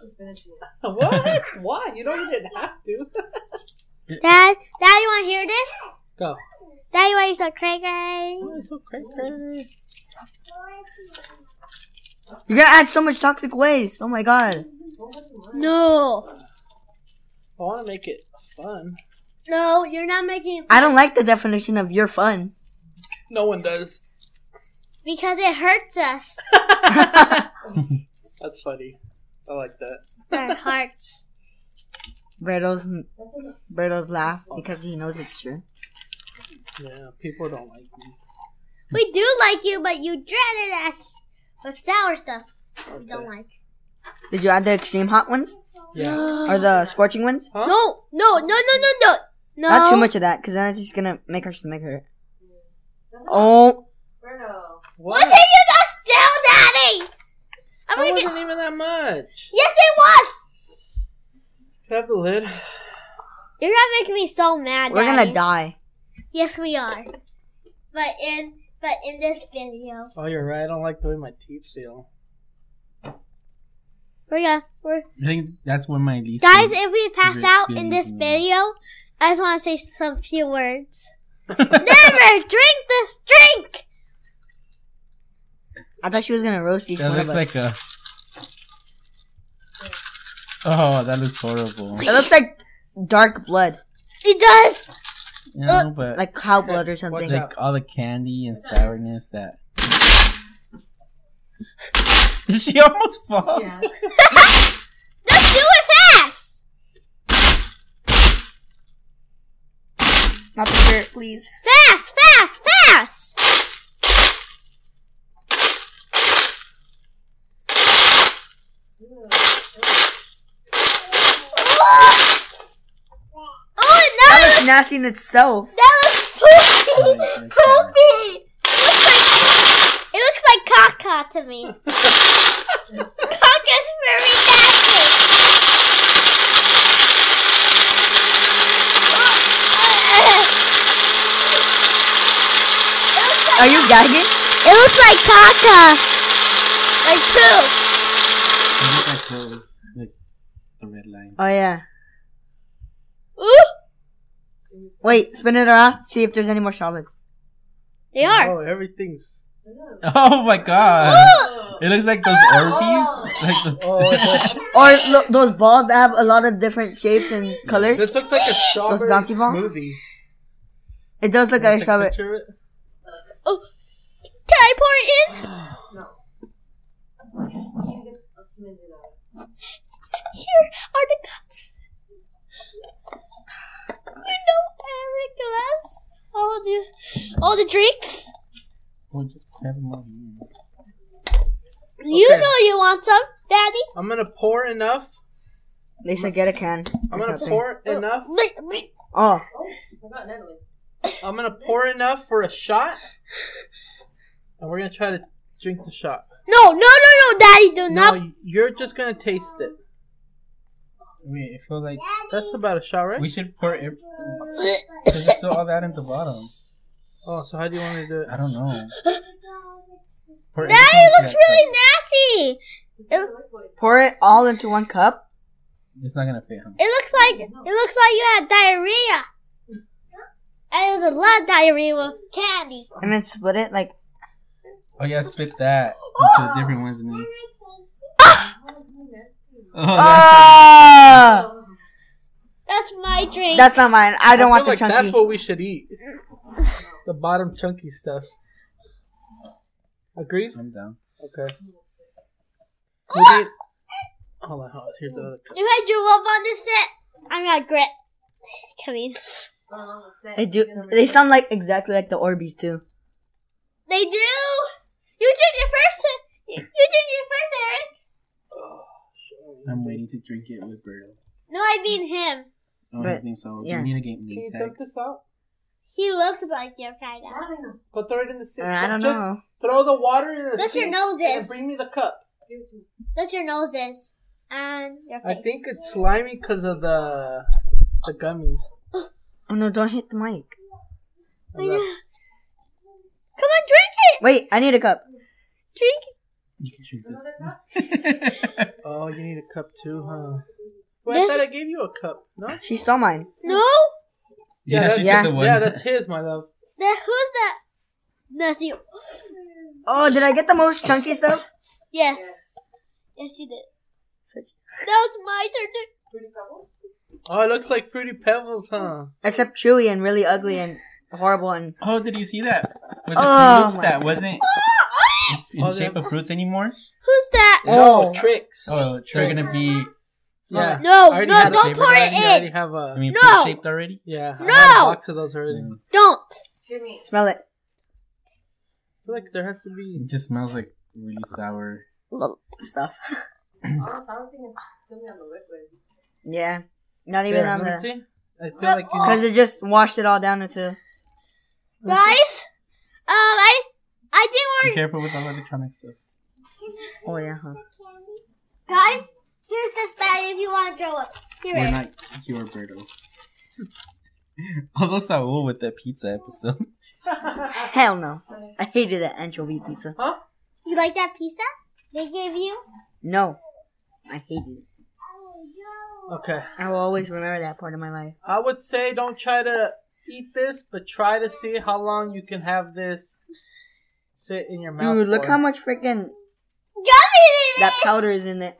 Just finish it. what? Why? You don't even have to. Dad, Daddy, you want to hear this? Go. Daddy, why are you so cray cray? Oh, it's so cray cray. You're gonna add so much toxic waste. Oh my god. No. I want to make it fun. No, you're not making it I don't like the definition of you're fun. No one does. because it hurts us. That's funny. I like that. Our hearts. Berto's, Berto's laugh because he knows it's true. Yeah, people don't like me. We do like you, but you dreaded us with sour stuff. We don't like. Did you add the extreme hot ones? Yeah. Or the scorching ones? Huh? No, no, no, no, no, no, no. Not too much of that because then it's just gonna make her stomach hurt. Oh. Bruno. What are you not still, Daddy? I'm That gonna get. wasn't even that much. Yes, it was. Can I have the lid? You're gonna make me so mad. We're Daddy. gonna die. Yes, we are. But in but in this video, Oh, you're right. I don't like the way my teeth feel. we're gonna we're I think that's when my least. guys. If we pass Great out in this feelings, man. video, I just want to say some few words. Never drink this drink. I thought she was gonna roast each that one of looks us. like a. Oh, that looks horrible. it looks like dark blood, It does. You know, but like, like cow blood or something. all the candy and sourness that. Did she almost fall? Yeah. Let's do it fast. Not the shirt, please. Fast, fast, fast. Oh, That no. looks nasty in itself. That looks poopy. Oh my God. Poopy. It looks like caca to me. Caca's very nasty. Are you gagging? It looks like caca. Like poop. Look at those. Look, the red line. Oh yeah. Ooh, Wait, spin it around. See if there's any more solids. they are. Oh, everything's. Oh my god! It looks like those Orbeez. Like the- Oh, Or look, those balls that have a lot of different shapes and colors. this looks like a strawberry bouncy balls? smoothie. it does look like a strawberry. picture of it. Can I pour it in? You get a smidgen of it. Here are the cups. You know, Eric loves all the all the drinks. We'll just grab them all here. You Okay. know you want some, Daddy. I'm gonna pour enough. They said get a can. I'm or gonna something. pour enough. Bleep, bleep. Oh, What about Natalie? I'm gonna pour enough for a shot, and we're gonna try to drink the shot. No, no, no, no, Daddy, do not. No, you're just gonna taste it. Wait, I feel like That's about a shot, right? we should pour it. There's still all that in the bottom. Oh, so how do you want me to do it? I don't know. Pour Daddy everything it into looks that really cup. nasty. It, pour it all into one cup. It's not gonna fit. Huh? it looks like it looks like you had diarrhea. And it was a lot of diarrhea with candy. And then split it like Oh yeah, spit that into the different ones. And then... Oh, that's Ah! That's my drink. That's not mine. I don't want feel the like chunky. That's what we should eat. The bottom chunky stuff. Agreed? I'm down. Okay. Maybe- Hold on, hold on. Here's the other cup. If I drew up on this set, I'm gonna grit. Come in. They do. They sound like exactly like the Orbeez too. They do. You did it first. You did it first, Eric. I'm waiting to drink it with Berto. No, I mean him. Oh, But- his name's so. yeah. We need to get Can name you dump tags. this out? He looks like you, kind of. Go throw it in the sink. Uh, I don't Just know. Throw the water in the That's your sink nose and is. bring me the cup. That's your nose is and your I face. think it's slimy because of the the gummies. Oh no! Don't hit the mic. Hold up. Oh, Come on, drink it. Wait, I need a cup. Drink. it. You can drink this. Oh, you need a cup too, huh? Well, I This- thought I gave you a cup. No? She stole mine. Hmm. No. Yeah, Yeah, that's- she yeah. took the one. Yeah, that's his, my love. That who's that? That's you. Oh, did I get the most chunky stuff? Yes. Yes. Yes, you did. Such- Now it's my turn to. Fruity pebbles? Oh, it looks like Fruity Pebbles, huh? Except chewy and really ugly and horrible and Oh, did you see that? Was it Oh, Fruit Loops my that wasn't in Oh, the shape them. of fruits anymore? Who's that? No, Oh. tricks. Oh, they're gonna be yeah. No, I already Oh, no, had a don't favorite pour already. I it already in. have I a mean, No! fruit shaped already. yeah. I No! had a box of those already. Mm. Don't. Jimmy. smell it. I feel like there has to be. It just smells like really sour. Little stuff. Oh, sour thing is coming on the liquid. Yeah. Not even There, on let the. me see. I feel No. like you Because it just washed it all down into. Guys, um, I, I think Be we're. careful with all the electronic stuff. Oh, yeah, huh? Guys, here's this bag if you want to throw up. Here We're it is. not your Birdo. Although Saul with that pizza episode. Hell no. I hated that anchovy pizza. You like that pizza they gave you? No. I hated it. Okay. I will always remember that part of my life. I would say don't try to eat this, but try to see how long you can have this sit in your mouth. Dude, look for. how much freaking Gummy it is! that powder is in it.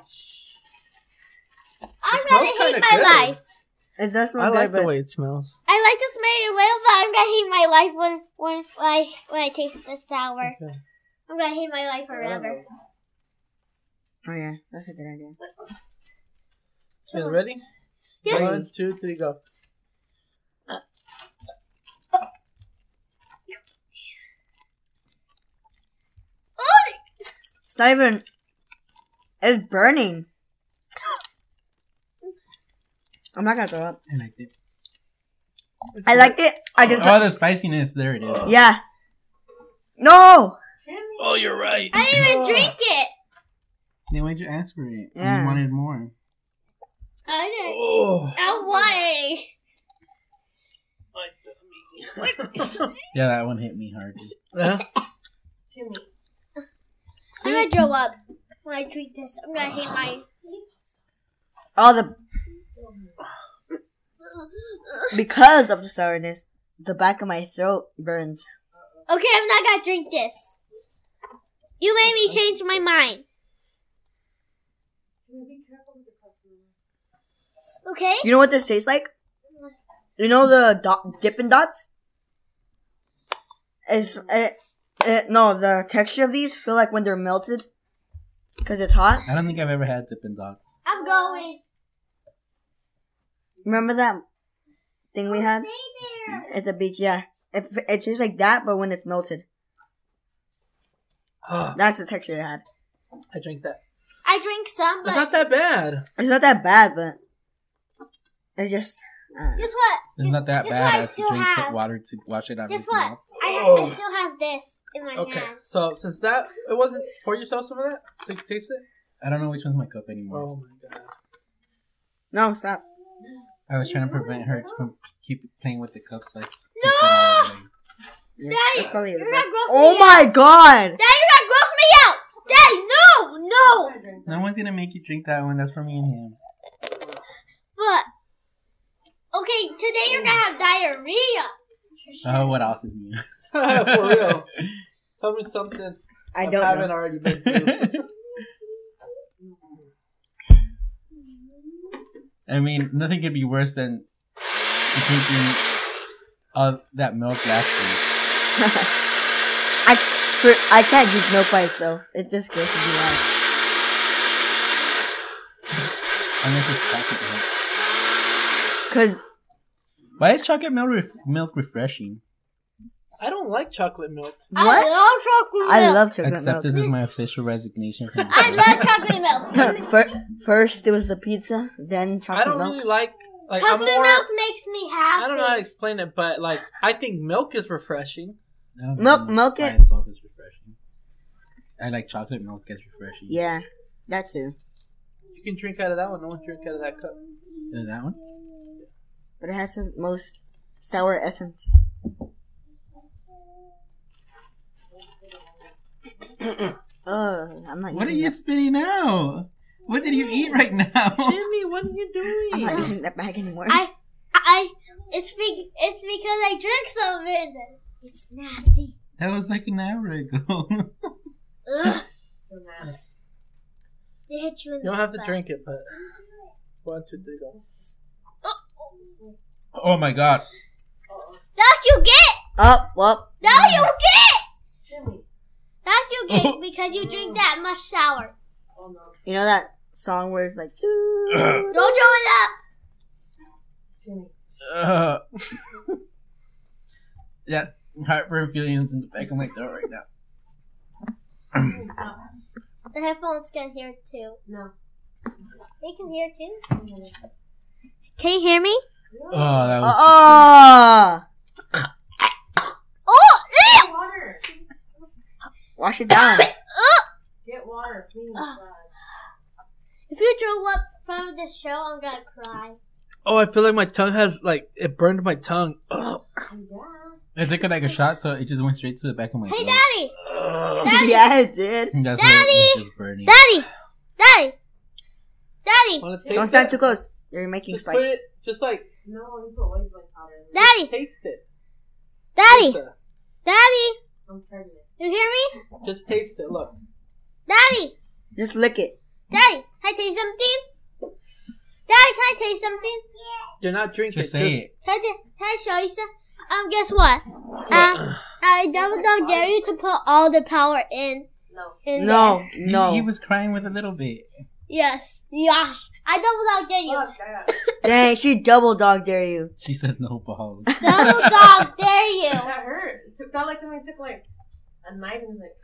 I'm It gonna smells hate kinda my good. life. It does smell I good, like but the way it smells. I like this made well, but I'm gonna hate my life when when when I when I taste the sour. Okay. I'm gonna hate my life forever. oh yeah, that's a good idea. Okay, ready? Yes. One, two, three, go. Oh, It's not even. It's burning. I'm not gonna throw up. I liked it. I liked it. I just. oh, the spiciness. There it oh. is. yeah. No. Jimmy. Oh, you're right. I didn't Oh. even drink it. Then why'd you ask for it? Yeah. You wanted more. I didn't. Oh, I want it. my dummy. Yeah, that one hit me hard. yeah. Jimmy. I'm gonna throw up when I drink this. I'm gonna hate my. All the because of the sourness, the back of my throat burns. Okay, I'm not gonna drink this. You made me change my mind. Jimmy, be careful with the customer. Okay. You know what this tastes like? You know the dot, Dippin' Dots? It's it, it, no the texture of these feel like when they're melted, cause it's hot. I don't think I've ever had Dippin' Dots. I'm going. Remember that thing we had Stay there. at the beach? Yeah. It, it tastes like that, but when it's melted. Ah, That's the texture it had. I drank that. I drink some, It's but not that bad. It's not that bad, but it's just. Uh, guess what? It's not that Guess what I bad as to still drink have. some water to wash it out of Guess his what? mouth. I, have, Oh. I still have this in my Okay, hand. so since that it wasn't pour yourself some of that so you can taste it. I don't know which one's my cup anymore. Oh my god. no, stop. I was trying to prevent her from keep playing with the cups. So I took No! it all away. Yeah, Daddy, that's probably the You're best. gonna gross Oh me out. my god! Daddy, you're gonna gross me out. Daddy, no, no. I'm gonna drink No one's gonna make you drink that one. That's for me and him. But okay, today you're gonna have diarrhea. Oh, what else is new? Oh, For real. Tell me something I I don't haven't know. already been through. I mean, nothing could be worse than drinking all that milk last week. I, for, I can't use no fight, so it just goes to be like. Unless it's chocolate milk. Cause Why is chocolate milk, ref- milk refreshing? I don't like chocolate milk. I What? love chocolate milk. I love chocolate Except milk. this is my official resignation. From I love chocolate milk. Fir- First, it was the pizza, then I chocolate don't milk. really like like I'm chocolate more milk makes me happy. I don't know how to explain it, but like I think milk is refreshing. I don't Milk- know. milk By it. itself is refreshing. I like chocolate milk as refreshing. Yeah, that too. You can drink out of that one, no one drink out of that cup. Is that one? But it has the most sour essence. Ugh, I'm not What are using you that. spitting out? What did you eat right now? Jimmy, what are you I'm doing? not using that bag anymore. I, I, it's be, it's because I drank some of it. It's nasty. That was like an hour ago. Ugh. dramatic. They hit you in You don't the have to spine. drink it, but one, two, three, go. Oh my god. That's you get. Up, up. That's you Mm. get. Jimmy. That's you get because you drink that much sour. Oh no. You know that song where it's like, Don't throw it up. Jimmy. Ugh. yeah, heartburn feelings in the back of my throat right now. Please stop. The headphones can hear too. No. They can hear too. Can you hear me? Uh. Oh, that was. oh, Oh, Get water. wash it down. Get water, please. Ah. God. if you throw up from the show, I'm gonna cry. Oh, I feel like my tongue has like it burned my tongue. Ugh. I'm down. It's like a, like a shot, so it just went straight to the back of my Hey, throat. Daddy, yeah, it did. That's why it was just burning. Daddy, Daddy, Daddy, Wanna taste Don't stand it? too close. You're making Just put spikes. it, just like No, you put way too much powder in there. Daddy, taste it. Daddy, Taste Daddy. I'm pregnant. You hear me, it. Just taste it. Look. Daddy? Just lick it. Daddy, can I taste something? Daddy, can I taste something? You're not drinking. Just say it. Can I, ta- can I show you some? Um, guess what? Uh, I double dog dare you to put all the power in. No. in there. No, He- He no. was crying with a little bit. Yes. Yes. I double dog dare you. Fuck, I got Dang, she double dog dare you. She said no balls. Double dog dare That you. hurt. It took, felt like somebody took like a knife and was like,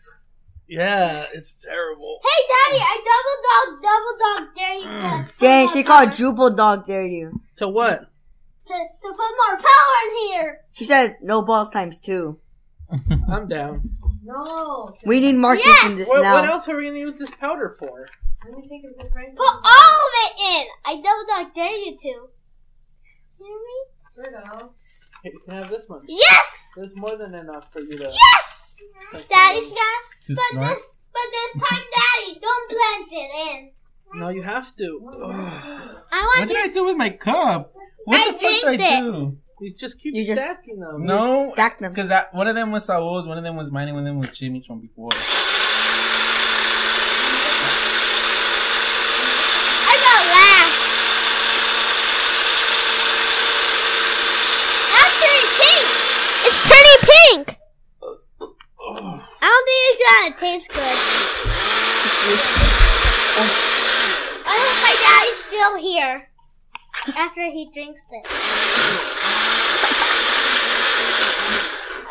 Yeah, it's terrible. Hey, Daddy, I double dog, double dog dare you to. put Mm. Dang, more she called power- Jubal dog dare you. To what? To, to put more power in here. She said no balls times two. I'm down. no. We need markings in this What, now. what else are we gonna use this powder for? Let me take a good prank. Put all of it in. I double dog dare you to. Hear me? There we go. You can have this one. Yes! There's more than enough for you to. Yes! Daddy's got. to But snort. this, but this time, Daddy, don't blend it in. No, you have to. Ugh. I What want did you. I do with my cup? What I the fuck drank did I do? You just keep You just- stacking them. No, Stack them. because that one of them was Saul's, one of them was mine, and one of them was Jimmy's from before. I got laugh. That's turning pink. It's turning pink. I don't think it's gonna taste good. I hope my daddy's still here after he drinks this.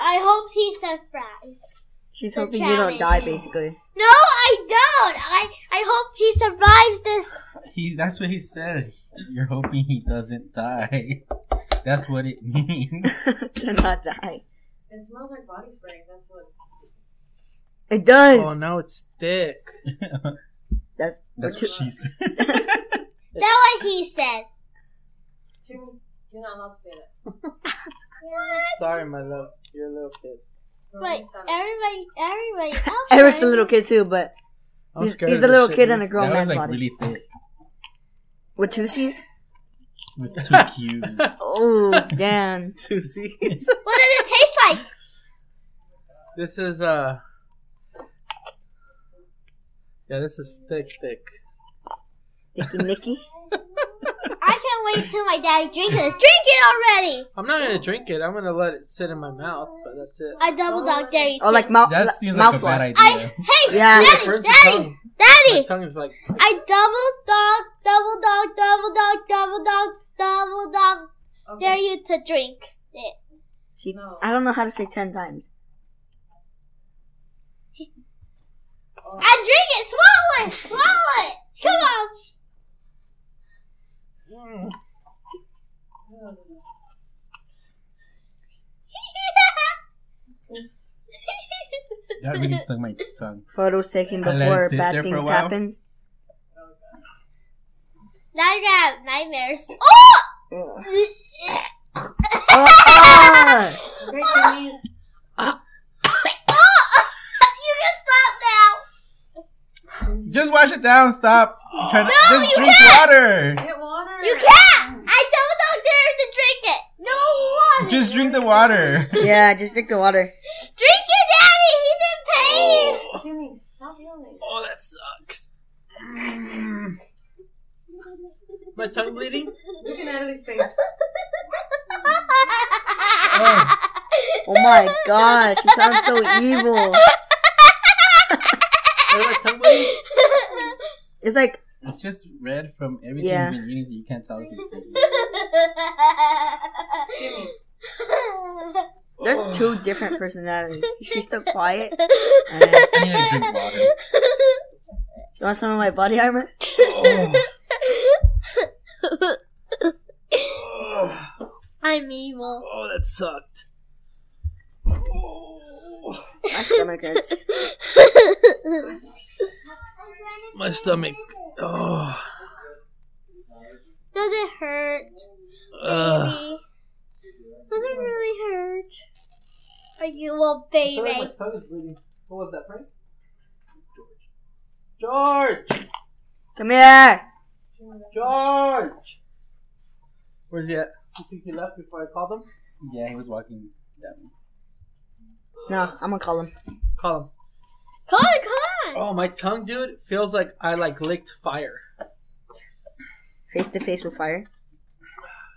I hope he's surprised. She's The hoping you don't challenge. die, basically. No, I don't. I I hope he survives this. He, that's what he said. You're hoping he doesn't die. That's what it means. to not die. It smells like body spray. That's what. It does. Oh, now it's thick. That's, we're That's too, what she said. That's what he said. Jimmy, you're not allowed to say that. Sorry, my love. You're a little kid. No, But it's not- everybody, everybody else. Eric's a little kid too, but I'm he's, scared he's of a this little shit, kid dude. in a grown that was man's like body. really thick With two C's? with two cubes. Oh, damn. Two C's. What does it taste like? This is uh Yeah, this is thick thick. Nicky Nicky? I can't wait till my daddy drinks it. Drink it already. I'm not gonna drink it, I'm gonna let it sit in my mouth, but that's it. I double dog dare you. Oh, to. like mouth That seems like a mouthwash. bad I idea. hey, Yeah. It daddy, burns the daddy, tongue. My daddy. tongue is like I double dog, double dog, double dog, double dog, double dog Okay. dare you to drink it. She, No. I don't know how to say ten times. I drink it. Swallow it. Swallow it. Come on. that really stung my tongue. Photos taken I let it before sit bad there for a things while. happened. Now I have nightmares. Oh! Ugh. oh! Oh, Ah! Okay, Jimmy's. You can stop now. Just wash it down. Stop. I'm trying to, No, just you drink can't. water. Get water. You can't. I don't know dare to drink it. No one. Just drink the water. yeah, just drink the water. Drink it, Daddy. He didn't pay. Jimmy, stop yelling. Oh that sucks. My tongue bleeding? Look at Natalie's face. Oh my god, she sounds so evil. Is my tongue bleeding? It's like It's just red from everything Yeah. you've been eating, so you can't tell if it's bleeding. they're two different personalities. She's still quiet. I need to drink water. You want some of my body armor? Oh, I'm evil. oh, that sucked. Oh, My stomach hurts. My stomach. Oh. Does it hurt, Ugh. baby? Does it really hurt? Are you a baby? tongue is bleeding. What was that, Frank? George. George! Come here. George! Where's he at? You think he left before I called him? Yeah, he was walking that way. No, I'm gonna call him. Call him. Come on, come on! Oh, my tongue, dude, feels like I like licked fire. Face to face with fire.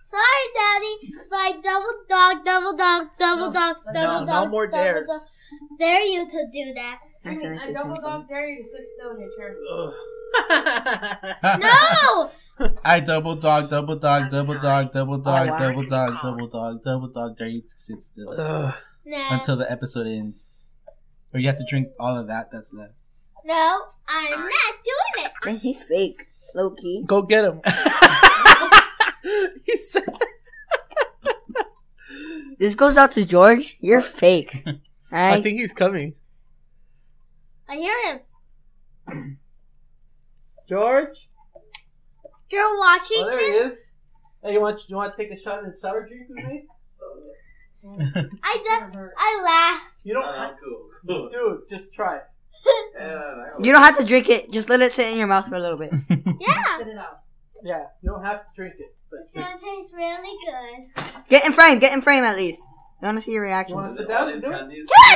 Sorry, Daddy, but I double dog, double dog, double dog, double No, dog. no more double dares. dog. Dare you to do that? I mean, Accident a face double to dog dare you to sit still in your chair. Ugh. No! I double dog, double dog, double dog, double dog, wow. double dog, double dog, double dog. Dare you to sit still Ugh. no. until the episode ends, or you have to drink all of that that's left. No, I'm not doing it. face. Man, he's fake. Low key. Go get him. he said, This goes out to George. You're fake. I Alright? think he's coming. I hear him. George? You're Oh, there he Washington? is. Hey, you want, you want to take a shot in the sour drink with me? I, do- I laugh. You don't have to. Dude, just try it. You don't have to drink it. Just let it sit in your mouth for a little bit. Yeah. Spit it out. Yeah, you don't have to drink it. It's But gonna taste really good. Get in frame. Get in frame at least. I want to see your reaction. you want to sit down Oh, and do it?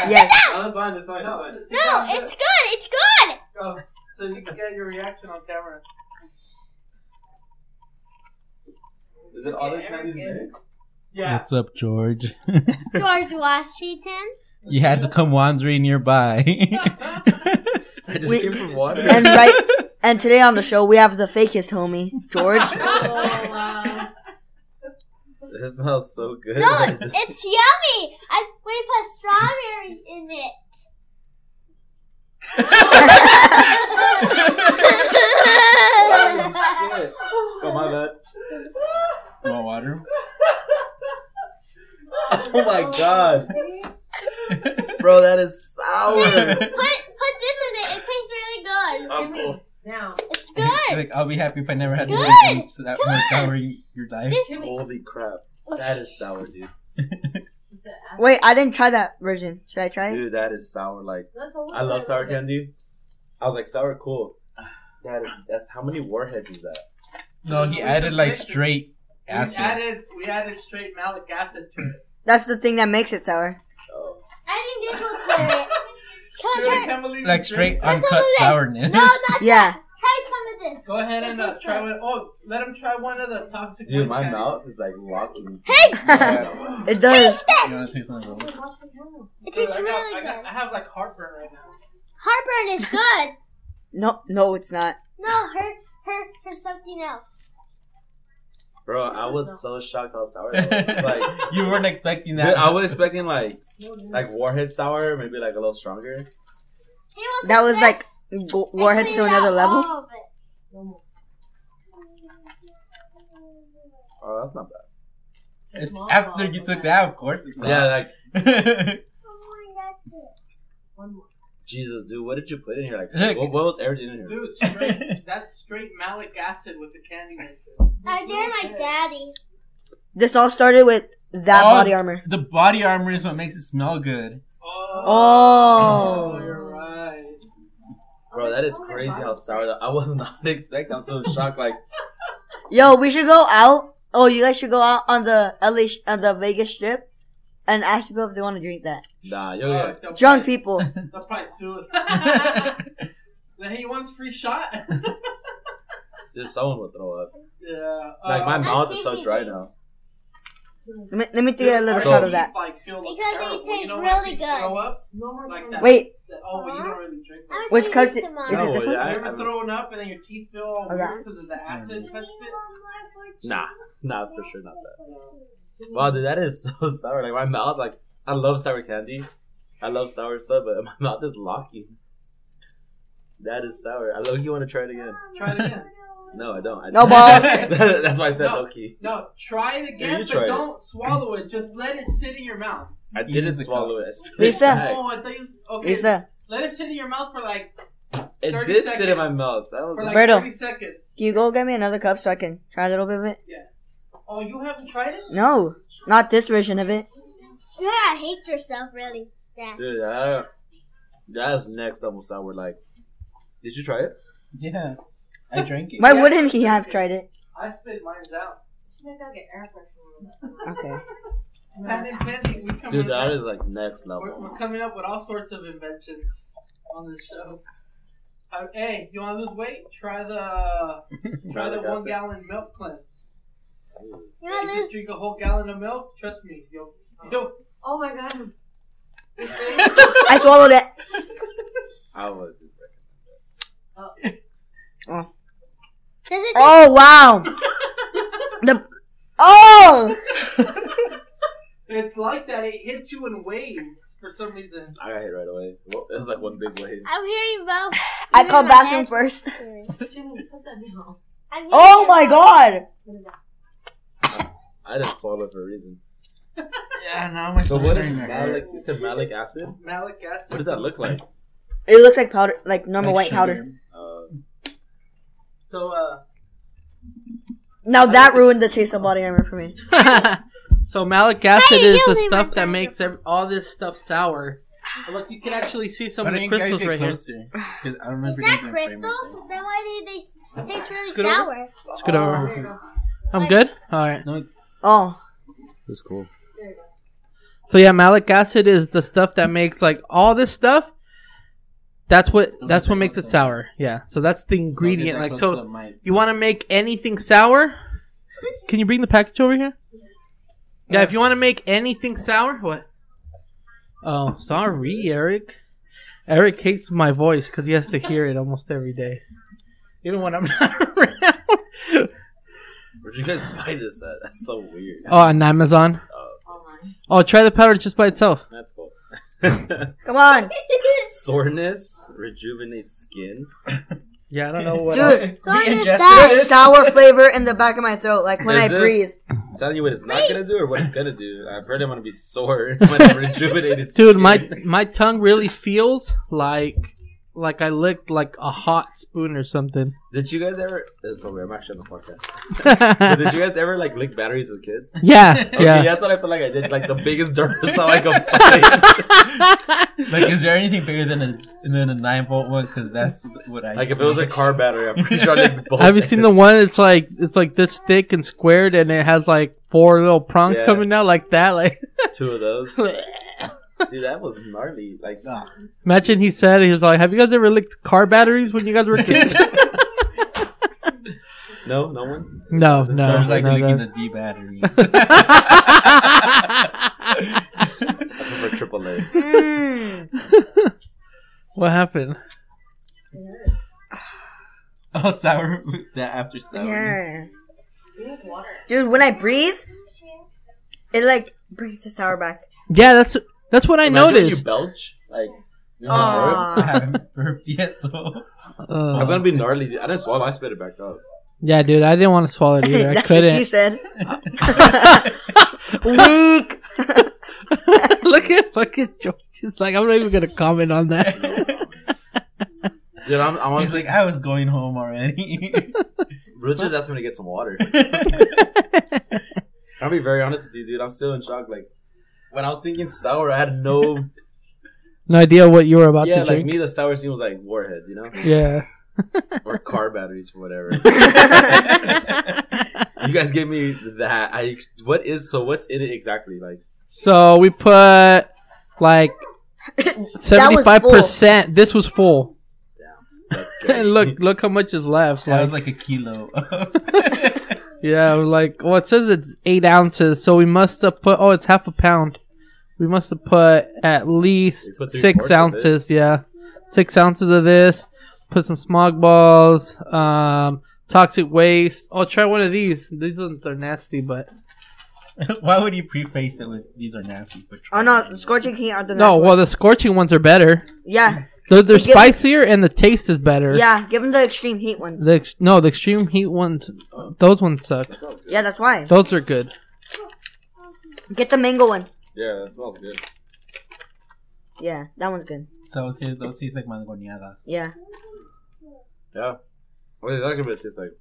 Yes. No, that's fine. That's fine. That's No, it's good, it's good! Oh, so you can get your reaction on camera. Is it all the Chinese Yeah. What's up, George? George Washington? you had to come wandering nearby. I just We- came for water. And right. And today on the show, we have the fakest homie, George. Oh, wow. That smells so good. No, it's yummy! I We put strawberry in it. oh my bad. You want water? Oh my god, bro, that is Oh, sour. put, put this in it, it tastes really good. Jimmy, now. It's good! like, I'll be happy if I never had to Good. drink them, so that Come much on. sour in your life. Jimmy. Holy crap, that is sour, dude. the ass- Wait, I didn't try that version. Should I try it? Dude, that is sour. Like That's a little I love bit. sour candy. I was like sour, cool. That is that's how many warheads is that? No, he added like straight we acid. added we added straight malic acid to it. That's the thing that makes it sour. Oh. I think this will clear it. Come Dude, on, I try can't believe Like you straight drink That's uncut all it is. sourness. No, not Yeah. try some of this. it. Go ahead and uh, It's try good. one. Oh, let him try one of the toxic. ones, Dude, my guys. mouth is like locking. Hey! It does. You wanna This! taste one of those? Watch the camera. It Dude, tastes I, got, I, really got, good. I have like heartburn right now. Heartburn is good. No, no, it's not. No, her, her, for something else. Bro, I was so shocked how sour that was. Like, Like, you weren't expecting dude, that. I was expecting like No, Jimmy. like warhead sour, maybe like a little stronger. Do you want That some was fresh? like I w- warheads to cleaned another out level. all of it. No more. Oh, that's not It's Small after bottle, you took okay. that, of course. It's bad. Yeah, like not. Oh my God, that's One more. Jesus, dude, what did you put in here? Look. Like, what, what was everything in here? Dude, straight that's straight malic acid with the candy mix. it. I dare my daddy. This all started with that Oh. body armor. the body armor is what makes it smell good. Oh, Oh. you're right. Bro, that is crazy how sour that I was not expecting. I'm so shocked. Like, Yo, we should go out. Oh, you guys should go out on the LA, sh- on the Vegas Strip, and ask people if they want to drink that. nah, Oh, you'll get they'll Drunk probably- people. They'll probably sue us. Then he wants free shot. Just someone will throw up. yeah. Like my uh, mouth is so dry now. Let me, let me take a little So- shot of that. Like, feel Because it terrible, tastes you know, when really you good. Uh-huh. throw up, No more Like that. like that. Wait, that- oh, well, you don't really drink. I was That. Which thinking country- tomorrow. Is it this yeah, one? I you ever haven't- thrown up and then your teeth feel all Okay. weird because of the acid Do you touched it? want more for Nah, cheese? nah, for sure not that. Wow, dude, that is so sour. Like my mouth, like I love sour candy, I love sour stuff, but my mouth is locking. That is sour. I low key want to try it again. Try it again. No, I don't. I No balls. That's why I said No. low key. No, try it again, Yeah, you but try it. don't swallow it. Just let it sit in your mouth. I You didn't need to swallow it. I spit it Lisa. back. Oh, I thought you. Okay, Lisa, let it sit in your mouth for like It 30 did sit in seconds. my mouth. That was for like like, Roberto. thirty seconds. can you go get me another cup so I can try a little bit of it? Oh, you haven't tried it? No, not this version of it. Yeah, I hate yourself really. Yeah. dude, I, that's next level sour. Like, did you try it? Yeah, I drank it. Why wouldn't he have tried it? I spit mine out. She might go get air freshener. Okay. Patent pending. We come Dude, up- that is like next We're, level. we're coming up with all sorts of inventions on this show. Uh, hey, you want to lose weight? Try the try the Nitric one acid. gallon milk cleanse. You You want to just lose? drink a whole gallon of milk. Trust me, you'll you'll Oh my god. This is- I swallowed it. I was. Does Oh. it taste Oh wow. The oh It's like that. It hits you in waves for some reason. I got hit right away. Well, It was like one big wave. I'm hearing about. I called bathroom first. Jimmy, put that down. I'm Oh hearing my about- god. Put it down. I didn't swallow it for a reason. Yeah, now my So what is malic? You said malic acid. malic acid? What does that look like? It looks like powder like normal white powder. Uh, So uh, Now that ruined the taste of body armor for me. so malic acid Hey, is the you stuff remember. that makes ev- all this stuff sour. Look, you can actually see some of the crystals right here. Because I Is remember that crystals? Then why do they taste really Scoot over. sour? Scoot over. I'm good. All right. Oh. that's cool. So yeah, malic acid is the stuff that makes like all this stuff. That's what that's what makes it sour. Yeah. So that's the ingredient. Like so, you want to make anything sour? Can you bring the package over here? Yeah. If you want to make anything sour, what? Oh, sorry, Eric. Eric hates my voice because he has to hear it almost every day, even when I'm not around. Where'd you guys buy this at? That's so weird. Oh, on Amazon. Online. Oh, try the powder just by itself. That's cool. Come on. Soreness rejuvenates skin. Yeah, I don't know what. else. Dude, So I missed there's that. sour flavor in the back of my throat, like when Is I this- breathe. I'm telling you what it's not gonna do or what it's gonna do. I probably want to be sore when I rejuvenated. Dude, skin. my my tongue really feels like like I licked like a hot spoon or something. Did you guys ever? This is so weird. I'm actually on the podcast. But did yeah, you guys ever like lick batteries as kids? Okay, yeah. yeah. that's what I feel like I did. Just, like the biggest Duracell I could find. Like, is there anything bigger than a than a nine volt one? Because that's what I like if it was a car battery, I'm pretty sure I licked both. Have you seen the one that's like it's like this thick and squared and it has like four little prongs Yeah. coming out like that? Like two of those? Dude, that was gnarly. Like, imagine he said he was like, "Have you guys ever licked car batteries when you guys were kids?" no, no one. no, no, Sounds like no, licking no. the D batteries. I prefer triple A. Mm. Hmm, what happened? oh, sour that after sour. Yeah. You need water. Dude, when I breathe, it like brings the sour back. Yeah, that's that's what I Imagine when You noticed. belch. Like, you know, burp. I Aw. haven't burped yet, so Uh, That's gonna be gnarly. Dude. I didn't swallow. I spit it back up. yeah, dude, I didn't want to swallow it either. I That's what couldn't. she said. Weak. Look at fucking George. It's like, I'm not even gonna comment on that. Dude, I'm, I'm he's honestly. like, I was going home already. Rich just asked me to get some water. I'll be very honest with you, dude. I'm still in shock. Like, when I was thinking sour, I had no. no idea what you were about yeah, to like drink. me, the sour scene was like warheads, you know, yeah. or car batteries or whatever. That's You guys gave me that. I what is so? What's in it exactly? Like So we put like That was full. 75%. This was full. That's scary. and look, look how much is left. That was Like, like a kilo. yeah, like well, it says it's eight ounces, so we must have put. Oh, it's half a pound. We must have put at least We put three six quarts of it. ounces. Yeah, six ounces of this. Put some smog balls. Um, toxic waste. Oh, try one of these. These ones are nasty, but Why would you preface it with these are nasty? But Oh no, scorching heat are the next no. one. Well, the scorching ones are better. Yeah, They're, they're Give- spicier and the taste is better. yeah. Give them the extreme heat ones. The ex- no, the extreme heat ones. Those ones suck. That smells good. Yeah, that's why. Those are good. Get the mango one. Yeah, that smells good. Yeah, that one's good. So it's here, those taste like mangonadas. Yeah, Yeah. What is that gonna taste like?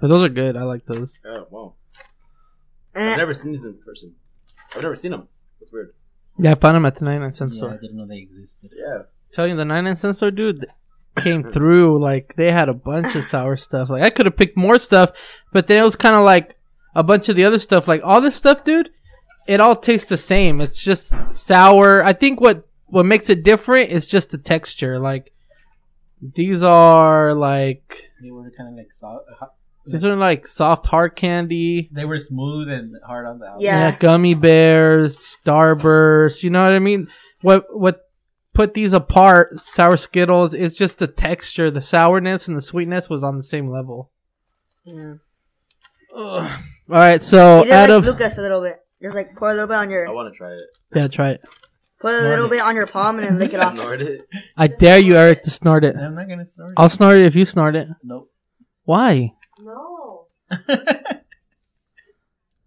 But those are good. I like those. Oh, wow. I've and never seen these in person. I've never seen them. That's weird. Yeah, I found them at the 99 cent Yeah, I store. didn't know they existed. Yeah. Tell you, the 99 cent store, dude, th- came through. Like, they had a bunch of sour stuff. Like, I could have picked more stuff, but then it was kind of like a bunch of the other stuff. Like, all this stuff, dude, it all tastes the same. It's just sour. I think what, what makes it different is just the texture. Like, these are like, They were kind of like soft. these are like soft hard candy. They were smooth and hard on the outside. Yeah. yeah, gummy bears, starburst. You know what I mean? What what put these apart? Sour Skittles. It's just the texture, the sourness, and the sweetness was on the same level. yeah. Ugh. All right, so You did out like of Lucas a little bit. Just like pour a little bit on I your, want to try it. yeah, try it. put a little bit on your palm and then lick it off. Ignored it. I dare you, Eric, to snort it. I'm not gonna start. I'll snort it if you snort it. Nope. Why? No.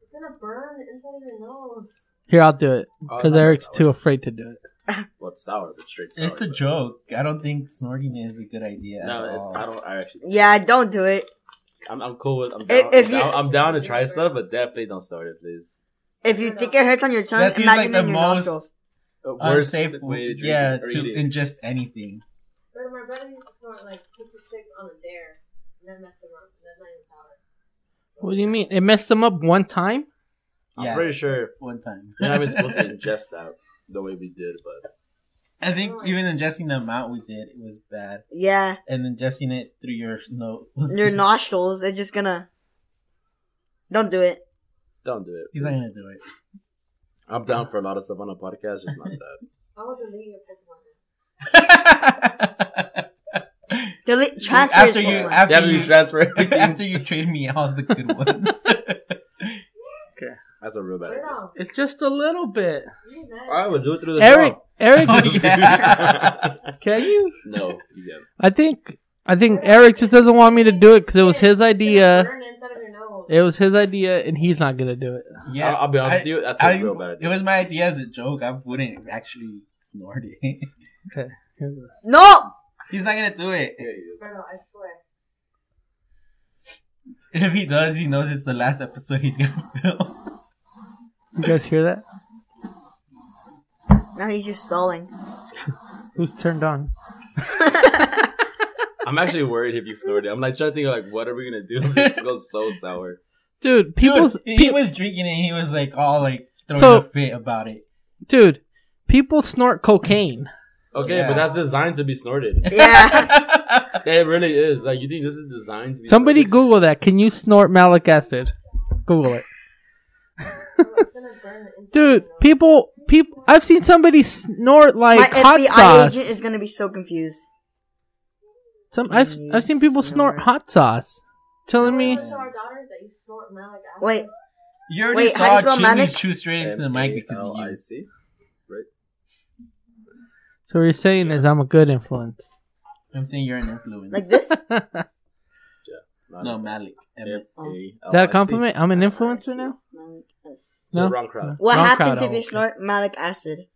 It's gonna burn inside your nose. Here, I'll do it Oh, because no, Eric's sour. too afraid to do it. Well, it's sour, but straight sour. it's a but- joke. I don't think snorting is a good idea. No, at it's. all. I don't. I actually. Yeah, don't do it. I'm, I'm cool with. I'm down, If- if I'm, you- down, I'm down to try stuff, but definitely don't start it, please. If you think it hurts on your tongue, That seems imagine like in the your most- nostrils. Uh, Worst unsafe. way to drink yeah, it or to eat it. ingest anything. But my brother used to snort like 56 on a dare, and then messed him up. And that's not even sour. What do you mean? It messed them up one time. I'm yeah. pretty sure One time. you're not even supposed to ingest that the way we did, but I think even ingesting the amount we did, it was bad. Yeah, And ingesting it through your nose. your nostrils. It's just gonna. Don't do it. don't do it. He's not gonna do it. I'm down for a lot of stuff on a podcast, just not that. I was deleting your Pokemon. Delete. Transfer. after is you, one. after After you you, transfer everything, after you trade me all the good ones. that's a real bad Burn idea. off. It's just a little bit. You need that. I would do it through the Eric, Eric, Oh, yeah. can you? no, you can't. I think I think Eric just doesn't want me to do it because it was his It's idea. gonna burn inside of your nose. It was his idea, and he's not gonna do it. I'll, I'll be honest I- with you, that's a I- real bad It idea. was my idea as a joke. I wouldn't actually snort it. no. He's not gonna do it. Yeah, it is. Burn off, I swear. If he does, he knows it's the last episode he's gonna film. You guys hear that? Now he's just stalling. Who's turned on? I'm actually worried if you snorted. I'm like trying to think like, what are we gonna do? This goes so sour. Dude, people's Dude, he pe- was drinking it. and He was like all like throwing So- a fit about it. dude, people snort cocaine. Okay, Yeah. but that's designed to be snorted. Yeah. It really is. Like you think this is designed to be Somebody snorted? Google that. Can you snort malic acid? Google it, It's gonna burn the inside dude. of your nose. People, people. I've seen somebody snort My like hot FBI sauce. agent is gonna be so confused. Some I've Can I've you seen people snort snort? hot sauce. Telling You me, wanna show our daughters that you snort malic acid? Wait, You already Wait, saw how do you spell Chimney's manic? chew straight into the mic because of you. M-A-L-I-C? so what you're saying is I'm a good influence. I'm saying you're an influence. like this? Not no, M- Malik. M- Oh. M-A-L-I-C. Is that a compliment? I'm an influencer now. To the No? wrong crowd. What Wrong happens crowd, if you okay. snort malic acid?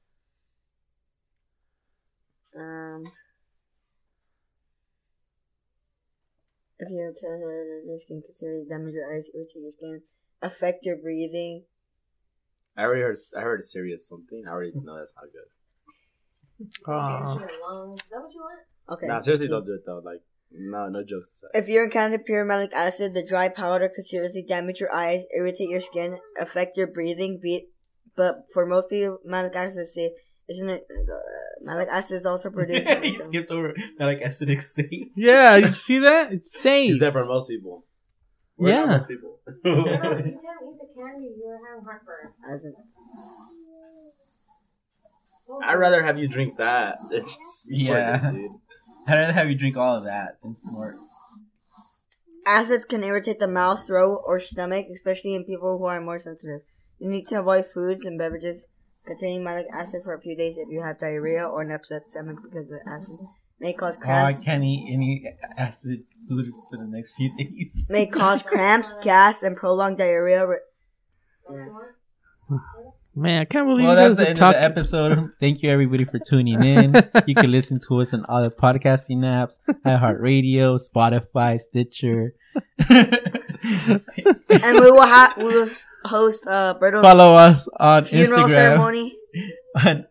Um. If you have cancer, your skin can severely damage your eyes, irritate your skin, affect your breathing. I already heard. I heard serious something. I already know that's not good. Aw. Damage your lungs. Is that what you want? Okay. Nah, seriously, don't do it though. Like, no, no jokes aside. If you encounter pure malic acid, the dry powder could seriously damage your eyes, irritate your skin, affect your breathing. Be- but for most people, malic acid is safe. Isn't it? Uh, Malic acid is also produced. on he the show. skipped over like acidic sea. Yeah, you see that? It's safe. Is that for most people? We're not Yeah. most people. No, no, you can't eat the candy. You're having heartburn. Acid. I'd rather have you drink that. than just snort it, Yeah. dude. I'd rather have you drink all of that than snort. Acids can irritate the mouth, throat, or stomach, especially in people who are more sensitive. You need to avoid foods and beverages containing malic acid for a few days if you have diarrhea or an upset stomach because the acid may cause Oh, I cramps. can't eat any acid food for the next few days. may cause cramps, gas, and prolonged diarrhea. Re- Man, I can't believe Well, you guys that's the are end of talking. the episode. Thank you, everybody, for tuning in. You can listen to us on all the podcasting apps, iHeartRadio, Spotify, Stitcher. and we will have we will s- host uh Berto's Follow us on funeral Instagram ceremony. on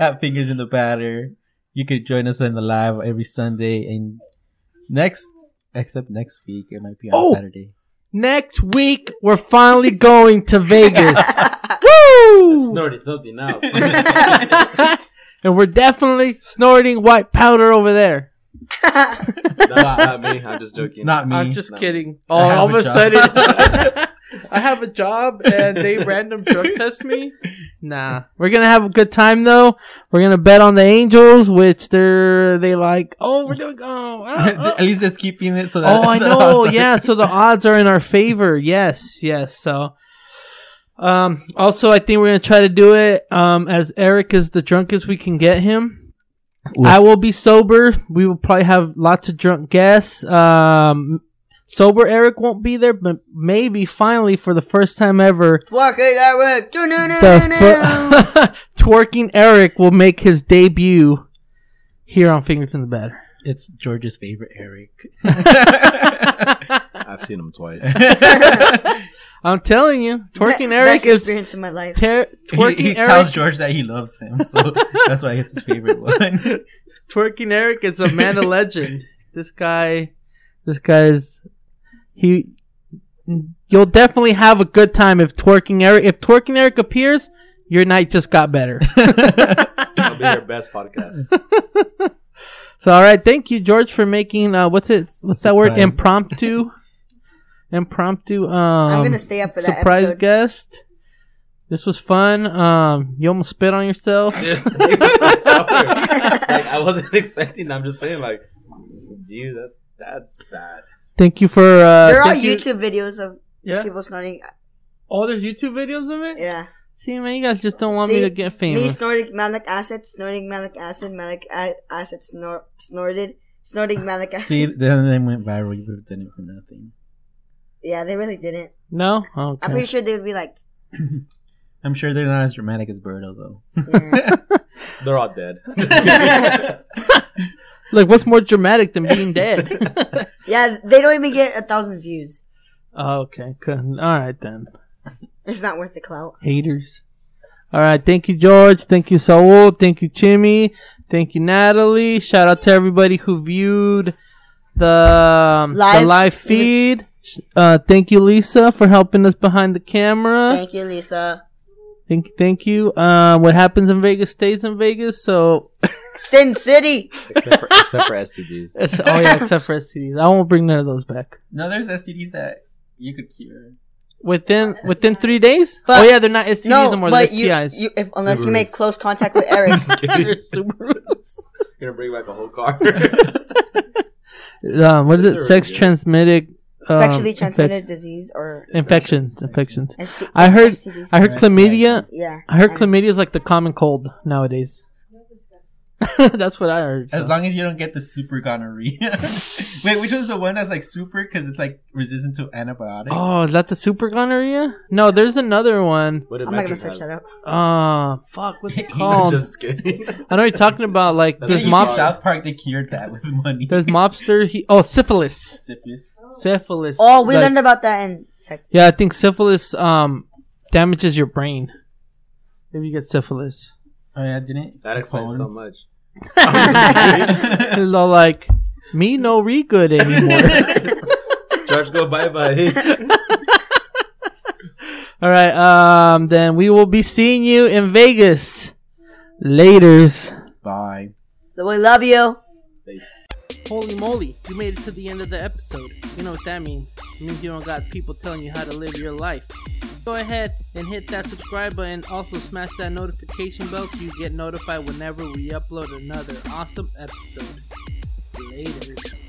at Fingers in the Batter. You could join us on the live every Sunday and next, except next week, it might be on Oh! Saturday. Next week, we're finally going to Vegas. I Woo! snorted something else. and we're definitely snorting white powder over there. No, not me. I'm just joking. Not me. I'm just No. kidding. Oh, I have all of a a, job. sudden, I have a job and they random drug test me. Nah, we're gonna have a good time though. We're gonna bet on the Angels, which they're they like. Oh, we're doing. Oh, oh, oh. At least it's keeping it so that. Oh, I know. Yeah, so the odds are in our favor. Yes, yes. So, um, also, I think we're gonna try to do it. Um, as Eric is the drunkest we can get him. Ooh. I will be sober. We will probably have lots of drunk guests. Um, sober Eric won't be there, but maybe finally for the first time ever, Walking at work. No, no, no, no. the fir- twerking Eric will make his debut here on Fingers in the Batter. It's George's favorite, Eric. I've seen him twice. I'm telling you, twerking Best Eric is experience in my life. Ter- twerking he he Eric. tells George that he loves him, so that's why it's his favorite one. twerking Eric is a man of legend. This guy, this guy's he. You'll definitely have a good time if twerking Eric. If twerking Eric appears, your night just got better. I'll be your best podcast. so all right, thank you George for making uh, what's it? What's that word? Surprise. Impromptu. Impromptu. Um, I'm gonna stay up for that surprise episode. guest. This was fun. Um, you almost spit on yourself. Dude, it was so sour. Like I wasn't expecting. I'm just saying, like, dude, that that's bad. Thank you for. Uh, there are thank you- YouTube videos of Yeah. people snorting. Oh, there's YouTube videos of it. Yeah. See, man, you guys just don't want me See, to get Me famous. snorting malic acid, snorting malic acid, malic a- acid, snor- snorted, snorting malic acid. See, then they went viral. You would have done it for nothing. Yeah, they really didn't. no, I'm okay. pretty sure they would be like, I'm sure they're not as dramatic as Birdo, though. yeah. They're all dead. Look, what's more dramatic than being dead? yeah, they don't even get a thousand views. oh, okay, good. All right then, It's not worth the clout. haters. All right, thank you, George. Thank you, Saul. Thank you, Jimmy. Thank you, Natalie. Shout out to everybody who viewed the um, the Live. live feed. Uh, thank you, Lisa, for helping us behind the camera. Thank you, Lisa. Thank you, thank you. Uh, what happens in Vegas stays in Vegas. So, Sin City. except, for, except for STDs. it's, oh yeah, except for STDs, I won't bring none of those back. No, there's STDs that you could cure. Within within three days? But- oh yeah, they're not STDs No, anymore. They're but you, STIs. you if, unless you make Subarus. close contact with Eric. They're Subarus. gonna bring back a whole car. um, what is They're it? Sex really good. transmitted, um, Sexually infec- transmitted disease or infections. Infections. ST- I heard- STDs. I heard Right, chlamydia. yeah. I heard I know. chlamydia is like the common cold nowadays. That's what I heard. As so. long as you don't get the super gonorrhea. Wait, which one's the one that's like super because it's like resistant to antibiotics? Oh, is that the super gonorrhea? No, there's another one. what did I'm not gonna Matrix search have? that up. Uh, fuck, what's it I'm Um, called? just kidding. I know you're talking about like That's Yeah, there's you see mobster. South Park, they cured that with money. There's mobster. He oh syphilis. Syphilis. Syphilis. Oh, we Like- learned about that in sex. Yeah, I think syphilis um damages your brain if you get syphilis. Oh yeah, didn't That explains so much. It's all like me no re good anymore. George, go bye bye. all right, um, then we will be seeing you in Vegas. Later's. Bye. We love you. Thanks. Holy moly, you made it to the end of the episode. You know what that means. It means you don't got people telling you how to live your life. Go ahead and hit that subscribe button. Also, smash that notification bell so you get notified whenever we upload another awesome episode. Later.